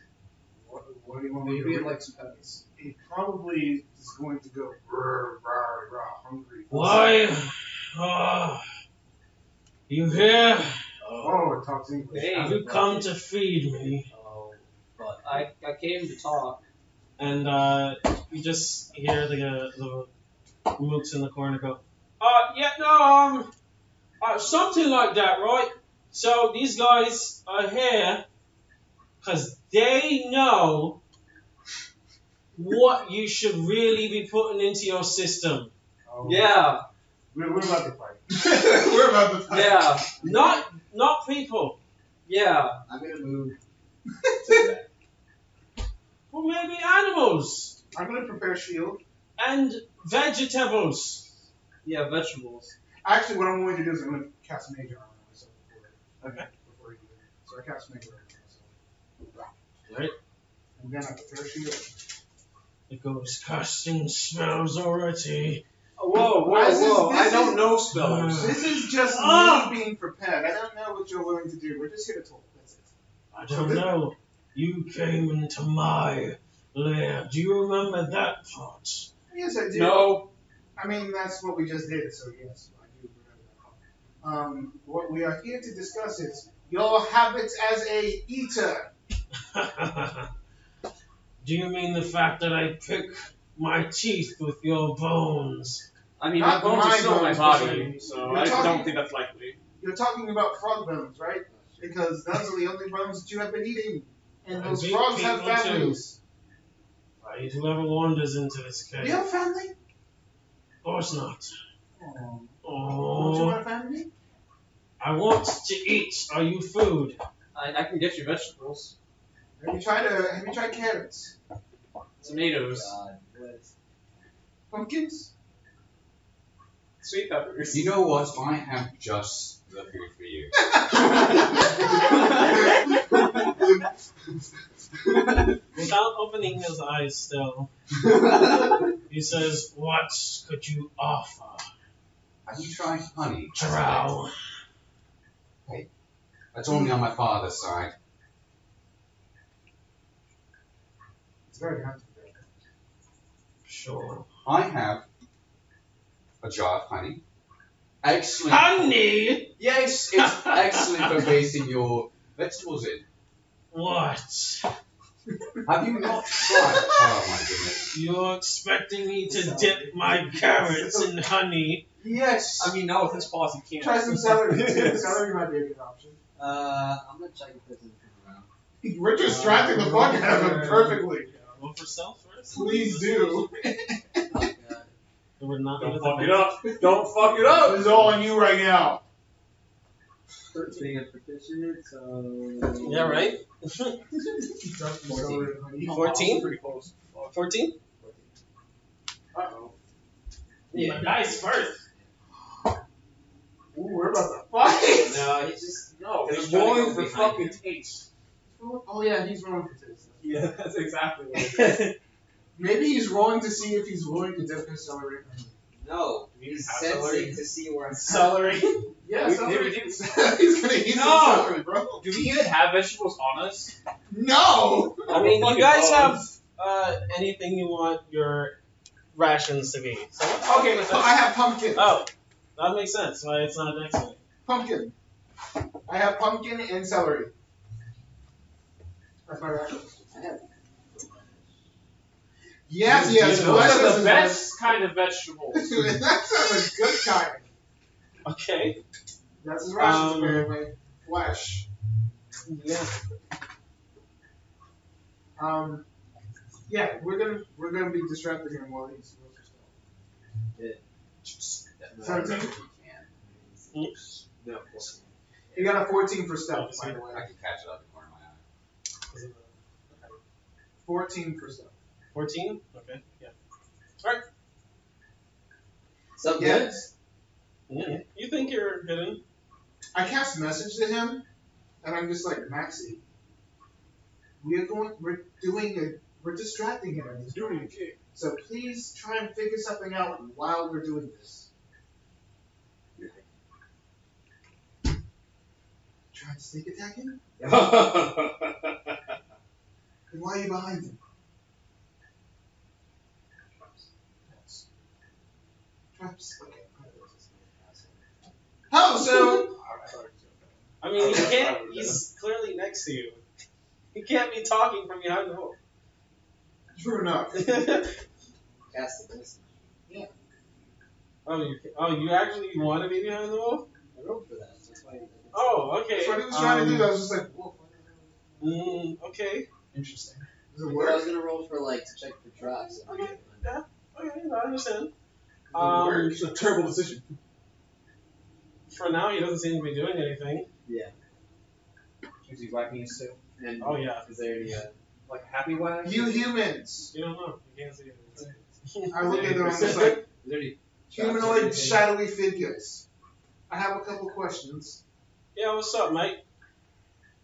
[SPEAKER 3] What, what do you want me to
[SPEAKER 4] Maybe
[SPEAKER 3] read?
[SPEAKER 4] it likes puppies.
[SPEAKER 3] it probably is going to go rah, rah, rah, hungry.
[SPEAKER 2] why? Oh, you here?
[SPEAKER 3] Oh, it talks English.
[SPEAKER 6] Hey.
[SPEAKER 2] You come to feed me,
[SPEAKER 6] Oh, but I, I came to talk.
[SPEAKER 2] and uh, you just hear the uh, the mooks in the corner go, "Uh, yeah, no, um, uh, something like that, right? So these guys are here because they know what you should really be putting into your system,
[SPEAKER 3] Oh,
[SPEAKER 5] Yeah,
[SPEAKER 3] We're, we're about to fight. we're about to fight.
[SPEAKER 5] yeah,
[SPEAKER 2] not not people.
[SPEAKER 5] yeah.
[SPEAKER 6] I'm gonna move. to that.
[SPEAKER 2] Well, maybe animals
[SPEAKER 3] I'm going to prepare shield.
[SPEAKER 2] and vegetables."
[SPEAKER 5] Yeah, vegetables.
[SPEAKER 3] Actually, what I'm going to do is I'm going to cast mage armor on myself before.
[SPEAKER 2] Okay.
[SPEAKER 3] Before you do it. So I cast mage armor on myself.
[SPEAKER 2] Right.
[SPEAKER 3] I'm going to prepare shield.
[SPEAKER 2] It goes casting spells already.
[SPEAKER 5] Whoa, whoa,
[SPEAKER 3] Why is this-
[SPEAKER 5] whoa.
[SPEAKER 3] this
[SPEAKER 5] I don't
[SPEAKER 3] is-
[SPEAKER 5] know spells.
[SPEAKER 3] This is just
[SPEAKER 2] Ah!
[SPEAKER 3] me being prepared. I don't know what you're willing to do. We're just here to talk. That's it.
[SPEAKER 2] I don't know. You came into my lair. Do you remember that part?
[SPEAKER 3] Yes, I do.
[SPEAKER 5] No.
[SPEAKER 3] I mean, that's what we just did, so yes, I do remember that part. Um, what we are here to discuss is your habits as a eater.
[SPEAKER 2] Do you mean the fact that I pick my teeth with your bones?
[SPEAKER 5] I mean,
[SPEAKER 3] Not
[SPEAKER 5] my bones are
[SPEAKER 3] my
[SPEAKER 5] still in my
[SPEAKER 3] bones,
[SPEAKER 5] body, so
[SPEAKER 3] You're
[SPEAKER 5] I
[SPEAKER 3] talking-
[SPEAKER 5] don't think that's likely.
[SPEAKER 3] You're talking about frog bones, right? Because those are the only bones that you have been eating. And
[SPEAKER 2] I
[SPEAKER 3] those
[SPEAKER 2] beat
[SPEAKER 3] frogs have
[SPEAKER 2] people too.
[SPEAKER 3] families.
[SPEAKER 2] Right, whoever wanders into this cave.
[SPEAKER 3] Do you have a family?
[SPEAKER 2] Of course not.
[SPEAKER 3] Oh. Don't you
[SPEAKER 2] Oh,
[SPEAKER 3] want a family?
[SPEAKER 2] I want to eat. Are you food?
[SPEAKER 5] I, I can get you vegetables.
[SPEAKER 3] Have you tried uh Have you tried carrots?
[SPEAKER 5] Tomatoes.
[SPEAKER 6] God, what?
[SPEAKER 3] Pumpkins?
[SPEAKER 5] Sweet peppers.
[SPEAKER 4] You know what? I have just the food for you.
[SPEAKER 2] Without opening his eyes still, he says, What could you offer?
[SPEAKER 4] Have you tried honey?
[SPEAKER 2] Drow.
[SPEAKER 4] That's only on my father's side.
[SPEAKER 3] It's very hard to do.
[SPEAKER 2] Sure.
[SPEAKER 4] I have a jar of honey. Excellent.
[SPEAKER 2] Ah! Honey!
[SPEAKER 4] Yes, it's excellent for basting your vegetables in.
[SPEAKER 2] What?
[SPEAKER 4] Have you not tried? Oh my goodness.
[SPEAKER 2] You're expecting me to dip my carrots in honey?
[SPEAKER 4] Yes.
[SPEAKER 5] I mean, not with his paws, you can't.
[SPEAKER 3] Try some celery. too. celery might be a good option.
[SPEAKER 6] Uh, I'm gonna check if this is around.
[SPEAKER 3] We're distracting the fuck out of him perfectly.
[SPEAKER 2] Roll for self first.
[SPEAKER 3] Please do.
[SPEAKER 6] Oh, God.
[SPEAKER 2] We're not
[SPEAKER 5] Don't
[SPEAKER 2] with
[SPEAKER 5] fuck
[SPEAKER 2] the-
[SPEAKER 5] it up. Don't fuck it
[SPEAKER 3] This
[SPEAKER 5] up.
[SPEAKER 3] is all on you right now.
[SPEAKER 6] 13 and proficient, so.
[SPEAKER 2] Yeah, right?
[SPEAKER 3] Celery and honey.
[SPEAKER 2] 14?
[SPEAKER 5] Pretty close.
[SPEAKER 2] 14?
[SPEAKER 3] Uh-oh.
[SPEAKER 2] Yeah, dice first.
[SPEAKER 3] Ooh, we're about to fight.
[SPEAKER 6] No, he's just. No,
[SPEAKER 5] It's
[SPEAKER 6] he's trying to
[SPEAKER 5] rolling
[SPEAKER 6] go
[SPEAKER 5] for
[SPEAKER 6] behind
[SPEAKER 5] fucking
[SPEAKER 6] him.
[SPEAKER 5] taste.
[SPEAKER 3] Oh yeah, he's rolling for this.
[SPEAKER 5] Yeah, that's exactly what it is.
[SPEAKER 6] no,
[SPEAKER 3] Maybe he's rolling to see if he's willing to dip his celery. in honey.
[SPEAKER 6] he's
[SPEAKER 5] have
[SPEAKER 6] sensing
[SPEAKER 5] celery?
[SPEAKER 6] to see where I'm
[SPEAKER 5] Celery. Do
[SPEAKER 3] Yeah,
[SPEAKER 5] We-
[SPEAKER 3] celery.
[SPEAKER 5] we didn't-
[SPEAKER 3] he's gonna eat
[SPEAKER 5] No!
[SPEAKER 3] some celery, bro.
[SPEAKER 5] we even have vegetables on us?
[SPEAKER 3] No.
[SPEAKER 2] I mean,
[SPEAKER 5] Fucking
[SPEAKER 2] you guys
[SPEAKER 5] balls.
[SPEAKER 2] have uh, anything you want your rations to be. So what's wrong
[SPEAKER 3] Okay,
[SPEAKER 2] with
[SPEAKER 3] so
[SPEAKER 2] that?
[SPEAKER 3] I have pumpkin.
[SPEAKER 2] Oh, that makes sense. Why it's not next week.
[SPEAKER 3] Pumpkin. I have pumpkin and celery. That's my ration. Yes, yes,
[SPEAKER 5] Those
[SPEAKER 3] lettuce
[SPEAKER 5] are
[SPEAKER 3] is
[SPEAKER 5] the best kind of vegetables.
[SPEAKER 3] Dude, that sounds like good kind.
[SPEAKER 2] Okay.
[SPEAKER 3] That's his rations
[SPEAKER 2] Um,
[SPEAKER 3] apparently. Flesh.
[SPEAKER 2] Yeah.
[SPEAKER 3] Um, yeah, we're gonna we're gonna be distracted him while he's Seventeen.
[SPEAKER 6] No, of course
[SPEAKER 3] He got a fourteen for stealth, by the way.
[SPEAKER 4] I can catch it out the corner of my eye.
[SPEAKER 3] Fourteen for stealth.
[SPEAKER 2] 14? Okay. Yeah.
[SPEAKER 6] not. Some good?
[SPEAKER 3] Yes.
[SPEAKER 2] yeah. You think you're hidden?
[SPEAKER 3] I cast message to him, and I'm just like Maxie. We're going. We're doing a. We're distracting him. He's doing it. So please try and figure something out while we're doing this. Try and sneak attack him. And why are you behind him? Traps. Traps. Okay. How so?
[SPEAKER 2] I mean, you can't. He's clearly next to you. He can't be talking from behind the wall.
[SPEAKER 3] True enough.
[SPEAKER 6] Cast the message.
[SPEAKER 2] oh, you. Oh, you actually want to be behind the wall?
[SPEAKER 6] I wrote for that. That's why.
[SPEAKER 2] Oh, okay. Um,
[SPEAKER 3] That's what he was trying to do. I was just like, whoa.
[SPEAKER 2] Mm, okay.
[SPEAKER 5] Interesting.
[SPEAKER 3] Does it
[SPEAKER 6] Well, I was
[SPEAKER 3] work?
[SPEAKER 6] gonna roll for like to check for drops.
[SPEAKER 2] Okay. Okay, I understand.
[SPEAKER 5] We're
[SPEAKER 2] Um,
[SPEAKER 5] it's a terrible decision.
[SPEAKER 2] for now, he doesn't seem to be doing anything.
[SPEAKER 5] Is he whacking his tail?
[SPEAKER 6] And
[SPEAKER 2] Oh yeah.
[SPEAKER 6] is there any? Uh,
[SPEAKER 5] Like happy whack?
[SPEAKER 3] You humans.
[SPEAKER 2] You don't know. You can't see anything.
[SPEAKER 3] I look at them. I'm just like.
[SPEAKER 6] is there any
[SPEAKER 3] humanoid shadowy figures. I have a couple questions.
[SPEAKER 2] yeah, what's up, Mike?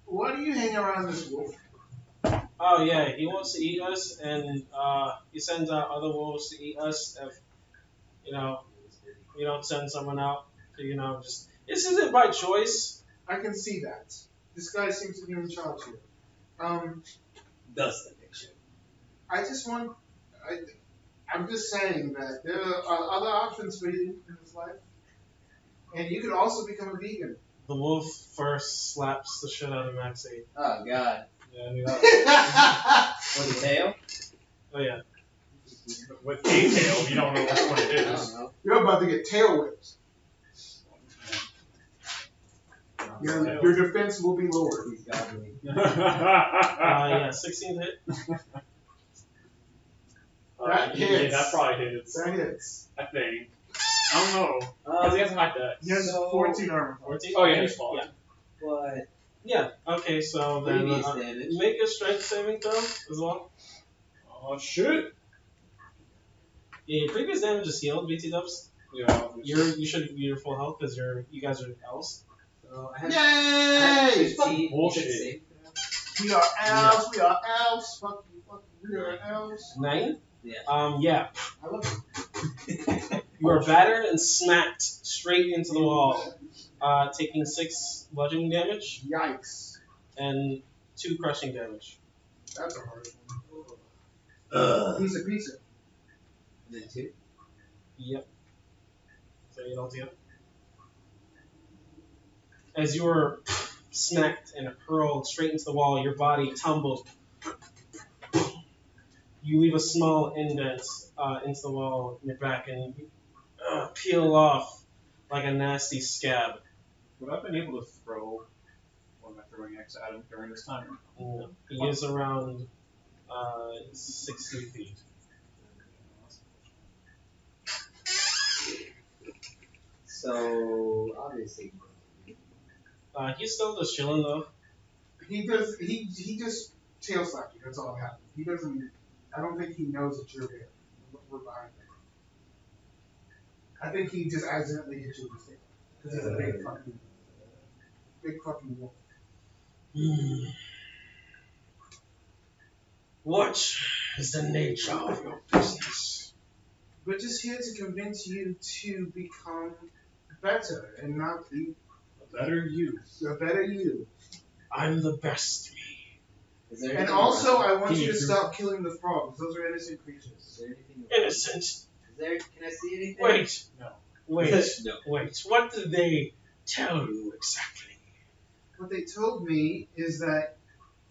[SPEAKER 3] Why do you hang around this wolf?
[SPEAKER 2] Oh yeah, he wants to eat us, and uh, he sends out other wolves to eat us. If you know, you don't send someone out to you know just this isn't by choice.
[SPEAKER 3] I can see that. This guy seems to be in charge here. Um,
[SPEAKER 6] Does the picture?
[SPEAKER 3] I just want. I, I'm just saying that there are other options for you in this life, and you could also become a vegan.
[SPEAKER 2] The wolf first slaps the shit out of Maxie.
[SPEAKER 6] Oh God!
[SPEAKER 2] Yeah, I knew that.
[SPEAKER 6] With the tail?
[SPEAKER 2] Oh yeah.
[SPEAKER 5] With detail, you don't know which one it
[SPEAKER 6] I
[SPEAKER 5] is.
[SPEAKER 6] don't know.
[SPEAKER 3] You're about to get tail whips. Your, your defense will be lowered.
[SPEAKER 6] He's gobbling.
[SPEAKER 2] Uh, yeah, 16 hit.
[SPEAKER 5] Alright, Yeah,
[SPEAKER 3] hits.
[SPEAKER 5] that probably hits.
[SPEAKER 3] That hits.
[SPEAKER 5] I think. I
[SPEAKER 2] Uh,
[SPEAKER 5] don't know. Because
[SPEAKER 6] Um,
[SPEAKER 5] he hasn't like that.
[SPEAKER 3] He has
[SPEAKER 6] So-
[SPEAKER 3] 14 armor.
[SPEAKER 2] 14?
[SPEAKER 5] Oh, yeah, he's falling.
[SPEAKER 2] Yeah.
[SPEAKER 6] but
[SPEAKER 2] Yeah. Okay. So then
[SPEAKER 6] Previous
[SPEAKER 2] uh,
[SPEAKER 6] damage.
[SPEAKER 2] make a strength saving throw as well.
[SPEAKER 5] Oh shoot!
[SPEAKER 2] Yeah, previous damage is healed. BT dubs.
[SPEAKER 5] Yeah.
[SPEAKER 2] You're you should be your full health because you're you guys are elves.
[SPEAKER 6] So Oh, I had, I had
[SPEAKER 3] Yay!
[SPEAKER 6] 15, you said
[SPEAKER 5] bullshit.
[SPEAKER 6] save throw?
[SPEAKER 3] We are elves. We are elves. Fuck you. Fuck you. We are elves.
[SPEAKER 2] Nine.
[SPEAKER 6] Yeah.
[SPEAKER 2] Um. Yeah.
[SPEAKER 3] I love it.
[SPEAKER 2] You are battered and smacked straight into the wall, uh, taking six bludgeoning damage
[SPEAKER 3] Yikes.
[SPEAKER 2] and two crushing damage.
[SPEAKER 3] That's a hard one. Pizza, pizza.
[SPEAKER 6] And then two.
[SPEAKER 2] Yep. So you don't deal. As you are smacked and hurled straight into the wall, your body tumbles. You leave a small indent uh, into the wall in your back and uh, peel off like a nasty scab.
[SPEAKER 5] Would I've been able to throw one of my throwing axe at him during this time?
[SPEAKER 2] And He is around uh, 60 feet.
[SPEAKER 6] So obviously.
[SPEAKER 2] Uh, he's still just chilling though.
[SPEAKER 3] He does. He he just tail slapped you. That's all that happened. He doesn't. I don't think he knows that you're there. We're- We're behind him. I think he just accidentally hit you with his tail because he's a big fucking big fucking wolf.
[SPEAKER 2] Hmm. What is the nature of your business?
[SPEAKER 3] We're just here to convince you to become better and not be
[SPEAKER 5] Better you.
[SPEAKER 3] the better you.
[SPEAKER 2] I'm the best me.
[SPEAKER 6] Is there
[SPEAKER 3] And
[SPEAKER 6] anything
[SPEAKER 3] also, uh,
[SPEAKER 6] around?
[SPEAKER 3] I want you to
[SPEAKER 5] Teenagers.
[SPEAKER 3] stop killing the frogs. Those are innocent
[SPEAKER 6] Is
[SPEAKER 3] creatures.
[SPEAKER 6] there anything? around? Is
[SPEAKER 2] Innocent.
[SPEAKER 6] there? Can I see anything?
[SPEAKER 2] Wait.
[SPEAKER 5] No.
[SPEAKER 2] Wait.
[SPEAKER 6] no.
[SPEAKER 2] Wait. What did they tell you exactly?
[SPEAKER 3] What they told me is that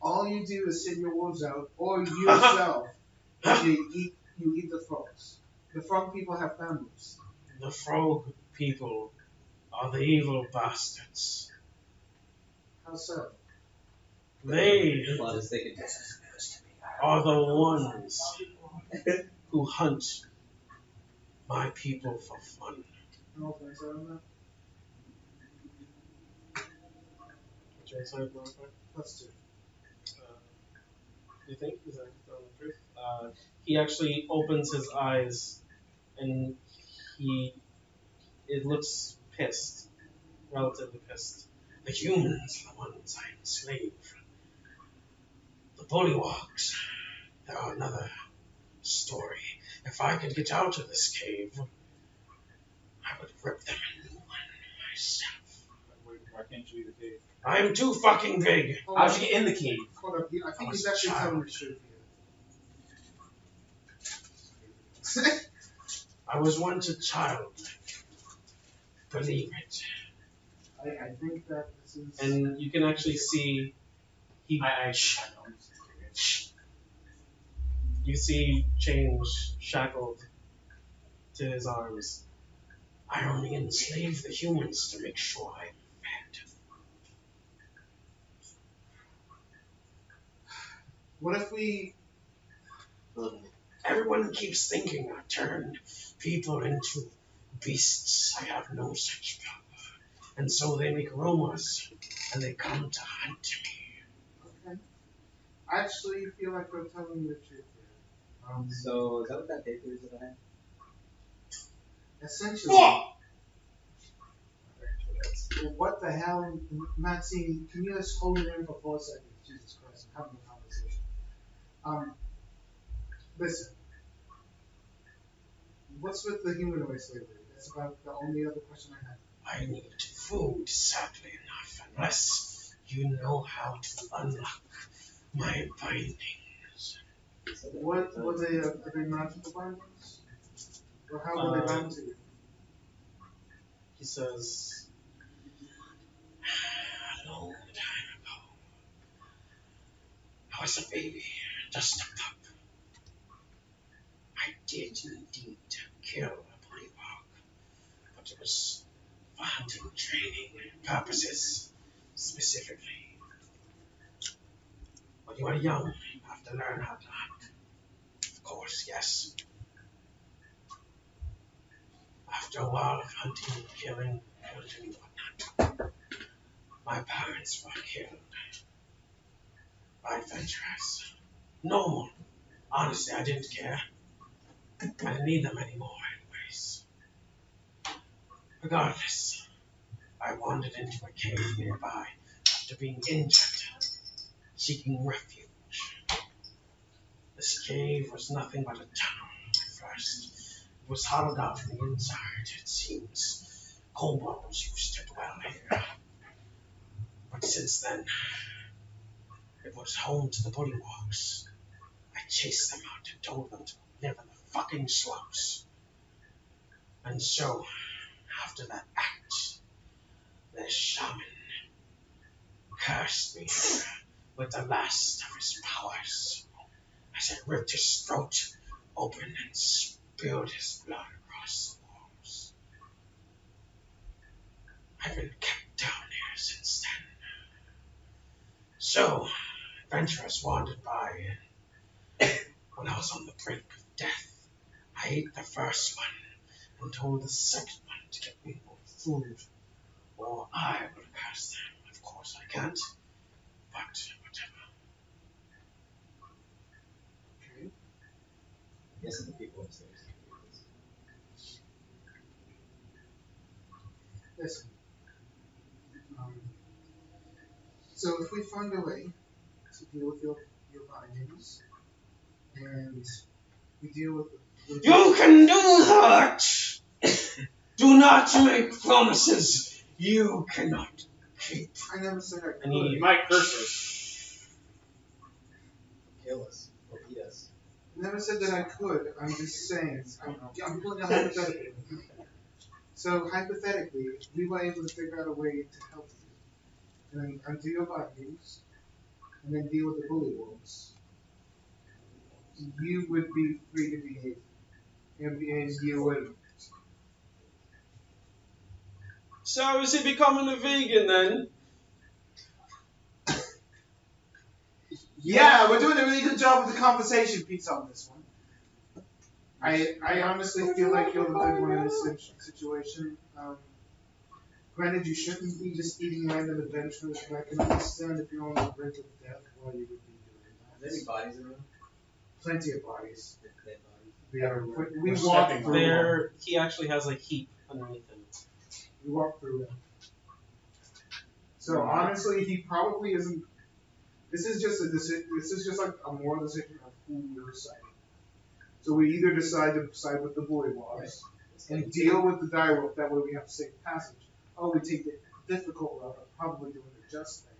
[SPEAKER 3] all you do is send your wolves out, or yourself you eat you eat the frogs. The frog people have families.
[SPEAKER 2] The frog people are the evil bastards.
[SPEAKER 3] How so?
[SPEAKER 2] They
[SPEAKER 6] Well, just thinking.
[SPEAKER 2] are the ones who hunt my people for fun.
[SPEAKER 3] No offense, I don't know. That's two.
[SPEAKER 2] Uh, you think? Is that the truth? Uh, he actually opens his eyes and he it looks pissed. Relatively pissed. The humans are the ones I enslave. The bullywogs. They're another story. If I could get out of this cave, I would rip them a new one myself.
[SPEAKER 5] Why why can't you leave the cave?
[SPEAKER 2] I'm too fucking big.
[SPEAKER 3] Hold up,
[SPEAKER 5] get in the cave?
[SPEAKER 3] hold up. I think
[SPEAKER 2] I
[SPEAKER 3] he's
[SPEAKER 2] was
[SPEAKER 3] actually
[SPEAKER 2] a
[SPEAKER 3] telling the truth here.
[SPEAKER 2] I was once a child. Believe it.
[SPEAKER 3] I, I think that this is.
[SPEAKER 2] and you can actually see he
[SPEAKER 5] I, I, I
[SPEAKER 2] you see chains shackled to his arms. I only enslave the humans to make sure I'm fed.
[SPEAKER 3] what if we?
[SPEAKER 2] Everyone keeps thinking I turned people into beasts. I have no such power. And so they make rumors and they come to hunt me.
[SPEAKER 3] Okay. I actually feel like we're telling the truth here. Um,
[SPEAKER 6] So is that what that paper is that I have?
[SPEAKER 3] essentially. Well, what the hell, Maxine? Can you just hold it in for four seconds? Jesus Christ, I'm having a conversation. Um, listen. What's with the humanoid slavery? That's about the only other question I have.
[SPEAKER 2] I need food, sadly enough, unless you know how to unlock my bindings.
[SPEAKER 6] So that-
[SPEAKER 3] What were they? Are they magical bindings? Or how were they
[SPEAKER 2] Uh,
[SPEAKER 3] bound to you?
[SPEAKER 2] He says, A long time ago, I was a baby, just a pup. I did indeed kill a bullywog, but it was for hunting training purposes specifically. When you are young, you have to learn how to hunt. Of course, yes, after a while of hunting and killing, and whatnot, My parents were killed by adventurers. No one. Honestly, I didn't care. I didn't need them anymore, anyways. Regardless, I wandered into a cave nearby after being injured, seeking refuge. This cave was nothing but a tunnel at first. It was hollowed out from the inside, it seems. Kobolds used to dwell here. But since then, it was home to the bullywogs. I chased them out and told them to live in the fucking slums. And so, after that act, their shaman cursed me with the last of his powers as I ripped his throat open and spilled his blood across the walls. I've been kept down here since then. So, adventurers wandered by, and when I was on the brink of death, I ate the first one and told the second one to get me more food, or I would curse them. Of course, I can't, but whatever.
[SPEAKER 6] I'm guessing the people upstairs. can hear this.
[SPEAKER 3] Listen. Um, so if we find a way to deal with your, your bindings, and we deal with, with
[SPEAKER 2] You can do that! Do not make promises you cannot keep.
[SPEAKER 3] I never said I could.
[SPEAKER 5] And he might curse
[SPEAKER 6] Kill us or eat us.
[SPEAKER 3] I never said that I could. I'm just saying. I'm, I'm pulling a hypothetical. So hypothetically, if we were able to figure out a way to help you, and then undo your bindings, and then deal with the bully wolves, you would be free to behave and, be- and deal with
[SPEAKER 2] So is he becoming a vegan then?
[SPEAKER 3] Yeah, we're doing a really good job with the conversation piece on this one. I I honestly feel like you're the good one in this sit- situation. Um, granted, you shouldn't be just eating random adventurers, but I can understand if you're on the brink of death, why you would be doing
[SPEAKER 6] Are
[SPEAKER 3] that.
[SPEAKER 6] there any bodies around?
[SPEAKER 3] plenty of bodies.
[SPEAKER 6] Dead bodies.
[SPEAKER 3] We are we
[SPEAKER 1] We're
[SPEAKER 3] walk
[SPEAKER 1] stepping
[SPEAKER 3] through. Them.
[SPEAKER 2] There, he actually has like heap underneath him.
[SPEAKER 3] We walk through them. So honestly, he probably isn't. This is just a decision. This is just like a moral decision of who we're siding. So we either decide to side with the bully laws
[SPEAKER 6] It's
[SPEAKER 3] and
[SPEAKER 6] like-
[SPEAKER 3] deal with the die wolf. That way we have safe passage. Or we take the difficult route of probably doing the just thing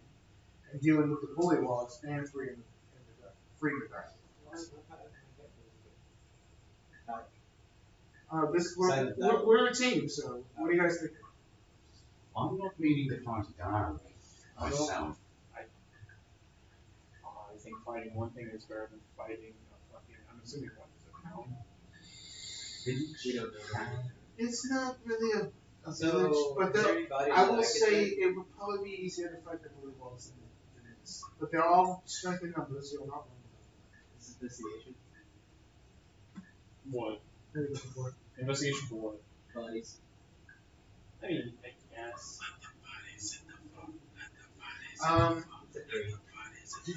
[SPEAKER 3] and dealing with the bully laws and freeing, and the, di- freeing the die. Uh, this
[SPEAKER 6] Side
[SPEAKER 3] we're,
[SPEAKER 6] of the die
[SPEAKER 3] we're, we're a team, so what do you guys think?
[SPEAKER 4] I'm not meaning to fight a dialogue myself.
[SPEAKER 5] I think fighting one thing is better than fighting a fucking. I'm assuming one is a town.
[SPEAKER 6] We don't know.
[SPEAKER 3] It's not really a a village,
[SPEAKER 6] So,
[SPEAKER 3] but
[SPEAKER 6] is
[SPEAKER 3] the,
[SPEAKER 6] there any bodies
[SPEAKER 3] I
[SPEAKER 6] that
[SPEAKER 3] will
[SPEAKER 6] could
[SPEAKER 3] say
[SPEAKER 6] take?
[SPEAKER 3] it would probably be easier to fight the blue walls than than this. But they're all strength in numbers, you're not
[SPEAKER 6] This is investigation.
[SPEAKER 5] What?
[SPEAKER 3] one of them.
[SPEAKER 5] Investigation for what?
[SPEAKER 6] Bodies.
[SPEAKER 5] I mean, I guess.
[SPEAKER 3] Um,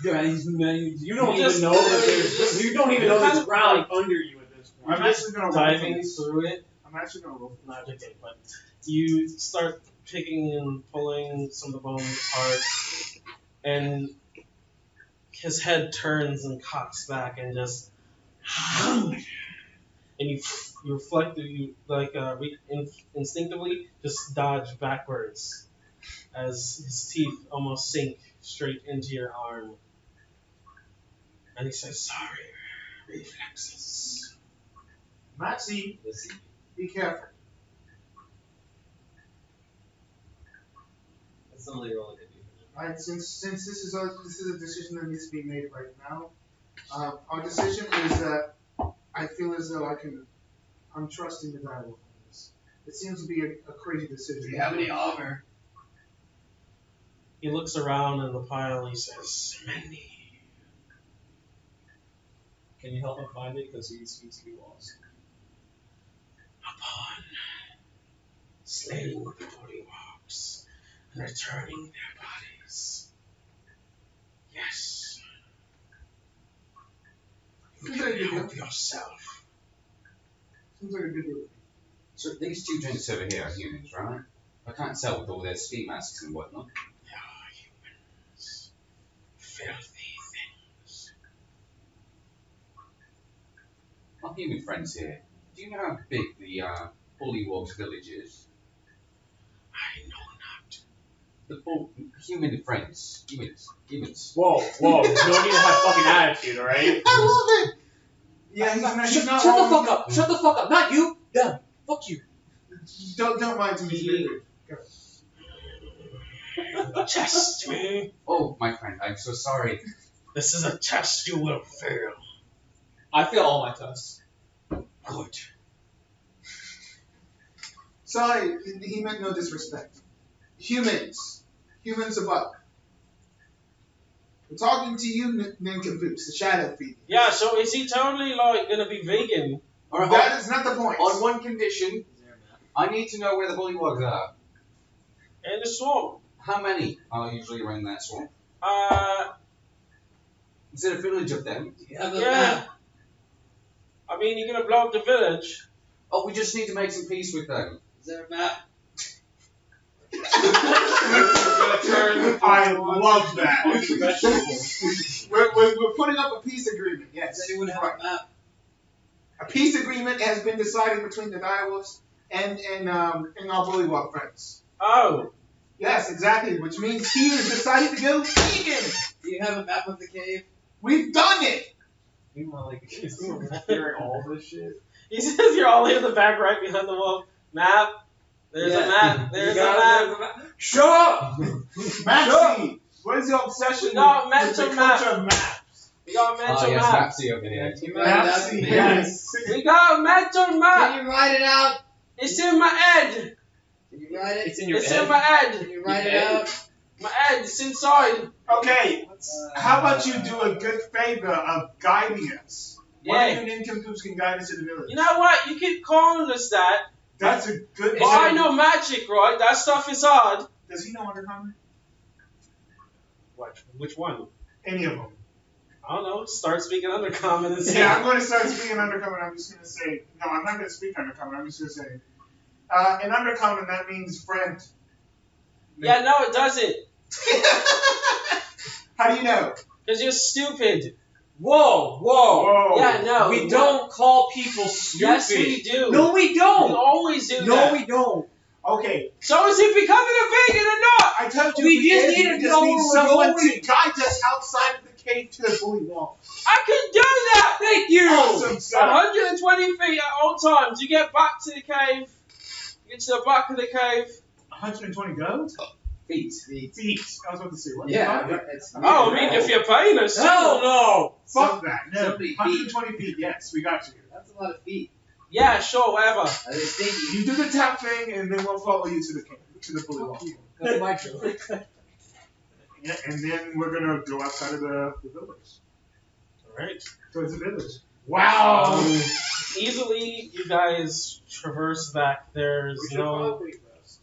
[SPEAKER 6] Guys, man,
[SPEAKER 5] You don't
[SPEAKER 2] Just-
[SPEAKER 5] even know that there's. You don't even know there's ground under you at this point.
[SPEAKER 3] I'm actually gonna roll for
[SPEAKER 2] Diving
[SPEAKER 3] this.
[SPEAKER 2] through it,
[SPEAKER 3] I'm actually gonna roll. for
[SPEAKER 2] not looking, but you start picking and pulling some of the bones apart, and his head turns and cocks back and just. And you, you reflect, you like uh, re- in, instinctively just dodge backwards as his teeth almost sink straight into your arm. And he says, Sorry, reflexes.
[SPEAKER 3] it. Maxie,
[SPEAKER 6] Listen,
[SPEAKER 3] be careful.
[SPEAKER 6] that's the only role I could do.
[SPEAKER 3] Alright, since since this is a this is a decision that needs to be made right now, uh, our decision is that I feel as though I can. I'm trusting the dialogue on this. It seems to be a, a crazy decision.
[SPEAKER 4] armor?
[SPEAKER 2] He looks around in the pile. He says, "Many."
[SPEAKER 5] Can you help him find it? Because he seems to be lost.
[SPEAKER 2] upon slaying the body walks returning their bodies. Yes. You
[SPEAKER 3] There
[SPEAKER 2] can
[SPEAKER 3] you go.
[SPEAKER 2] help yourself.
[SPEAKER 3] Seems like a good deal.
[SPEAKER 4] So these two drinks over here are humans, right? I can't tell with all their ski masks and whatnot.
[SPEAKER 2] They are humans. Filthy things.
[SPEAKER 4] Our human friends here, do you know how big the uh, Bullywog's village is?
[SPEAKER 2] I know not.
[SPEAKER 4] The bull- human friends, humans, humans.
[SPEAKER 5] Whoa, whoa, you don't need to have fucking attitude, alright?
[SPEAKER 4] I love it.
[SPEAKER 3] Yeah, he's not.
[SPEAKER 4] shut
[SPEAKER 3] He's not
[SPEAKER 4] shut the
[SPEAKER 3] wrong.
[SPEAKER 4] fuck up! Shut the fuck up! Not you. Them. Fuck you.
[SPEAKER 3] Don't don't mind him. He's really
[SPEAKER 2] Test me.
[SPEAKER 4] Oh, my friend, I'm so sorry.
[SPEAKER 2] This is a test you will fail.
[SPEAKER 5] I feel all my tests.
[SPEAKER 2] Good.
[SPEAKER 3] Sorry, he meant no disrespect. Humans, humans above. We're talking to you, nin- nincompoops, the shadow people.
[SPEAKER 2] Yeah, so is he totally like gonna be vegan?
[SPEAKER 4] All right,
[SPEAKER 3] That is not the point.
[SPEAKER 4] on, on one condition,
[SPEAKER 6] Is there a map?
[SPEAKER 4] I need to know where the Bullywogs are.
[SPEAKER 2] In the swamp.
[SPEAKER 4] How many are usually around that swamp?
[SPEAKER 2] Uh,
[SPEAKER 4] Is it a village of them?
[SPEAKER 6] Yeah.
[SPEAKER 2] yeah. I mean, you're gonna blow up the village.
[SPEAKER 4] Oh, we just need to make some peace with them.
[SPEAKER 6] Is there a map?
[SPEAKER 4] Oh,
[SPEAKER 3] I love
[SPEAKER 5] Fruits and vegetables.
[SPEAKER 3] We're, we're, we're putting up a peace agreement, yes.
[SPEAKER 6] Does anyone have
[SPEAKER 3] Right.
[SPEAKER 6] a map?
[SPEAKER 3] A peace agreement has been decided between the direwolves and and um and our bullywog friends.
[SPEAKER 2] Oh,
[SPEAKER 3] Yes, exactly. Which means he has decided to go vegan.
[SPEAKER 6] Do you have a map of the cave?
[SPEAKER 3] We've done it.
[SPEAKER 5] Meanwhile, like, he's hearing all this shit.
[SPEAKER 2] he says you're all in the back, right behind the wall. Map. There's
[SPEAKER 6] Yeah.
[SPEAKER 2] a map.
[SPEAKER 6] You
[SPEAKER 2] There's a
[SPEAKER 6] got
[SPEAKER 2] map.
[SPEAKER 6] a map?
[SPEAKER 3] Shut up, Maxie. What is your
[SPEAKER 2] We
[SPEAKER 3] obsession
[SPEAKER 2] got
[SPEAKER 3] with
[SPEAKER 2] mental
[SPEAKER 3] the
[SPEAKER 2] map.
[SPEAKER 3] culture of maps?
[SPEAKER 2] We got
[SPEAKER 4] Ah,
[SPEAKER 2] mental
[SPEAKER 4] yes,
[SPEAKER 2] map.
[SPEAKER 4] Maxie over here.
[SPEAKER 6] Can you write it out?
[SPEAKER 3] Maxie,
[SPEAKER 4] Yeah.
[SPEAKER 3] yes.
[SPEAKER 2] We got mental map.
[SPEAKER 5] Ah.
[SPEAKER 6] Can you write it out?
[SPEAKER 2] It's in my head.
[SPEAKER 6] Can you write it?
[SPEAKER 5] It's in your
[SPEAKER 2] It's
[SPEAKER 5] head.
[SPEAKER 2] in my
[SPEAKER 6] Can
[SPEAKER 2] head.
[SPEAKER 6] you write it
[SPEAKER 5] Yeah.
[SPEAKER 6] out?
[SPEAKER 2] My head. It's inside.
[SPEAKER 3] Okay,
[SPEAKER 6] What's-
[SPEAKER 3] How about you do
[SPEAKER 4] Oh,
[SPEAKER 3] a good favor of guiding us? One
[SPEAKER 2] Yeah.
[SPEAKER 3] of you nincompoops can guide us to the village.
[SPEAKER 2] You know what? You keep calling us that.
[SPEAKER 3] That's a good.
[SPEAKER 2] Well, I know magic, right? That stuff is hard.
[SPEAKER 3] Does he know undercommon?
[SPEAKER 2] What? Which one?
[SPEAKER 3] Any of them?
[SPEAKER 2] I don't know. Start speaking undercommon and see.
[SPEAKER 3] Yeah, I'm going to start speaking undercommon. I'm just going to say no. I'm not going to speak undercommon. I'm just going to say, uh, in undercommon that means friend.
[SPEAKER 2] Yeah, no, it doesn't.
[SPEAKER 3] How do you know?
[SPEAKER 2] Because you're stupid.
[SPEAKER 5] Whoa, whoa.
[SPEAKER 3] Whoa.
[SPEAKER 2] Yeah, no.
[SPEAKER 5] Oh, We don't call people
[SPEAKER 2] Yes,
[SPEAKER 5] stupid.
[SPEAKER 2] we do.
[SPEAKER 5] No, we
[SPEAKER 2] You
[SPEAKER 5] don't.
[SPEAKER 2] always do
[SPEAKER 5] No,
[SPEAKER 2] that.
[SPEAKER 5] we don't.
[SPEAKER 3] Okay,
[SPEAKER 2] So is he becoming a vegan or not?
[SPEAKER 3] I told you
[SPEAKER 5] We just
[SPEAKER 3] did,
[SPEAKER 5] need
[SPEAKER 3] we
[SPEAKER 5] to
[SPEAKER 3] just
[SPEAKER 5] know
[SPEAKER 3] need
[SPEAKER 5] where we're
[SPEAKER 3] someone to
[SPEAKER 5] going.
[SPEAKER 3] guide us outside of the cave to the bully wall.
[SPEAKER 2] I can do that.
[SPEAKER 5] Thank you.
[SPEAKER 3] Awesome,
[SPEAKER 5] Uh-huh.
[SPEAKER 3] sir.
[SPEAKER 2] 120 feet at all times. You get back to the cave. You get to the back of the cave.
[SPEAKER 3] 120 goats?
[SPEAKER 4] Feet.
[SPEAKER 3] Feet. I was about to say what?
[SPEAKER 6] Yeah,
[SPEAKER 3] the fuck?
[SPEAKER 6] it's
[SPEAKER 2] Oh, I mean, if you're paying us.
[SPEAKER 5] Hell no.
[SPEAKER 3] Fuck that. No.
[SPEAKER 4] Somebody beat.
[SPEAKER 3] 120 feet. Yes, we got you.
[SPEAKER 6] That's a lot of feet.
[SPEAKER 2] Yeah, sure, whatever.
[SPEAKER 6] I was thinking.
[SPEAKER 3] You do the tap thing, and then we'll follow you to the camp, to the bully wall.
[SPEAKER 6] That's my joke.
[SPEAKER 3] Yeah, and then we're gonna go outside of the, the village.
[SPEAKER 2] Alright.
[SPEAKER 3] Towards the village. Wow.
[SPEAKER 2] Um, easily, you guys traverse back. There's
[SPEAKER 6] We should
[SPEAKER 2] no.
[SPEAKER 6] probably rest.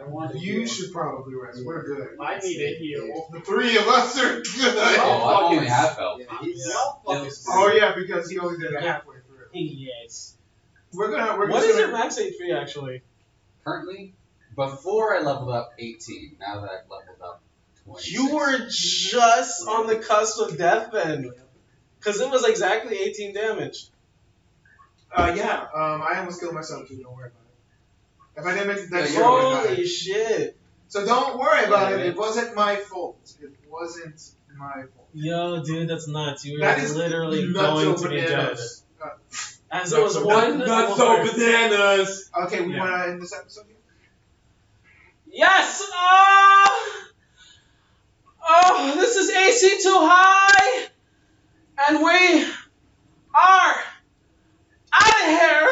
[SPEAKER 6] I want to.
[SPEAKER 3] you
[SPEAKER 6] do-
[SPEAKER 3] should probably rest. We're good.
[SPEAKER 5] I need a heal.
[SPEAKER 3] The three of us are good.
[SPEAKER 4] Oh, I
[SPEAKER 5] fucking-
[SPEAKER 4] only have help.
[SPEAKER 6] Yeah, he's-
[SPEAKER 5] Yeah.
[SPEAKER 6] Yeah.
[SPEAKER 3] Oh yeah, because he only did it
[SPEAKER 2] Yeah.
[SPEAKER 3] halfway through.
[SPEAKER 2] Yes.
[SPEAKER 3] We're gonna. We're
[SPEAKER 2] E What
[SPEAKER 3] just
[SPEAKER 2] is
[SPEAKER 3] gonna,
[SPEAKER 2] your max HP actually?
[SPEAKER 4] Currently, before I leveled up 18, now that I've leveled up 20.
[SPEAKER 2] You were just on the cusp of death then. Because it was exactly 18 damage.
[SPEAKER 3] Uh, yeah. Um, I almost killed myself too. Don't worry about it. If I didn't make the deck,
[SPEAKER 4] Yeah, you're
[SPEAKER 3] roll, I-
[SPEAKER 2] Holy shit.
[SPEAKER 3] so don't worry about
[SPEAKER 4] Yeah,
[SPEAKER 3] it.
[SPEAKER 4] yeah.
[SPEAKER 3] It wasn't my fault. It wasn't my fault.
[SPEAKER 2] Yo, dude, that's nuts. You were
[SPEAKER 3] That is
[SPEAKER 2] literally
[SPEAKER 3] Nuts
[SPEAKER 2] going
[SPEAKER 3] or
[SPEAKER 2] to be dead.
[SPEAKER 3] bananas. Uh,
[SPEAKER 2] As it was
[SPEAKER 3] Nuts or
[SPEAKER 2] one.
[SPEAKER 5] Nuts or bananas.
[SPEAKER 3] Uh, Okay, we
[SPEAKER 5] Yeah.
[SPEAKER 3] want to end this episode here.
[SPEAKER 2] Yes! Oh! Oh, this is AC too high! And we are out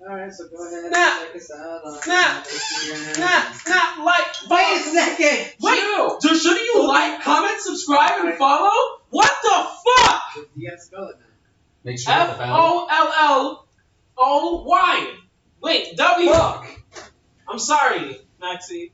[SPEAKER 6] Alright, so go ahead.
[SPEAKER 2] Snap.
[SPEAKER 6] Check us out on
[SPEAKER 2] Snap.
[SPEAKER 6] Instagram.
[SPEAKER 2] of here! Not, not like.
[SPEAKER 6] Wait a second!
[SPEAKER 2] Wait! Dude, shouldn't you like, comment, subscribe, and follow? What the fuck?
[SPEAKER 6] You gotta spell it now.
[SPEAKER 4] Make sure
[SPEAKER 2] F
[SPEAKER 4] the bell.
[SPEAKER 2] O L L O Y. Wait, W.
[SPEAKER 4] Fuck!
[SPEAKER 2] I'm sorry, Maxie.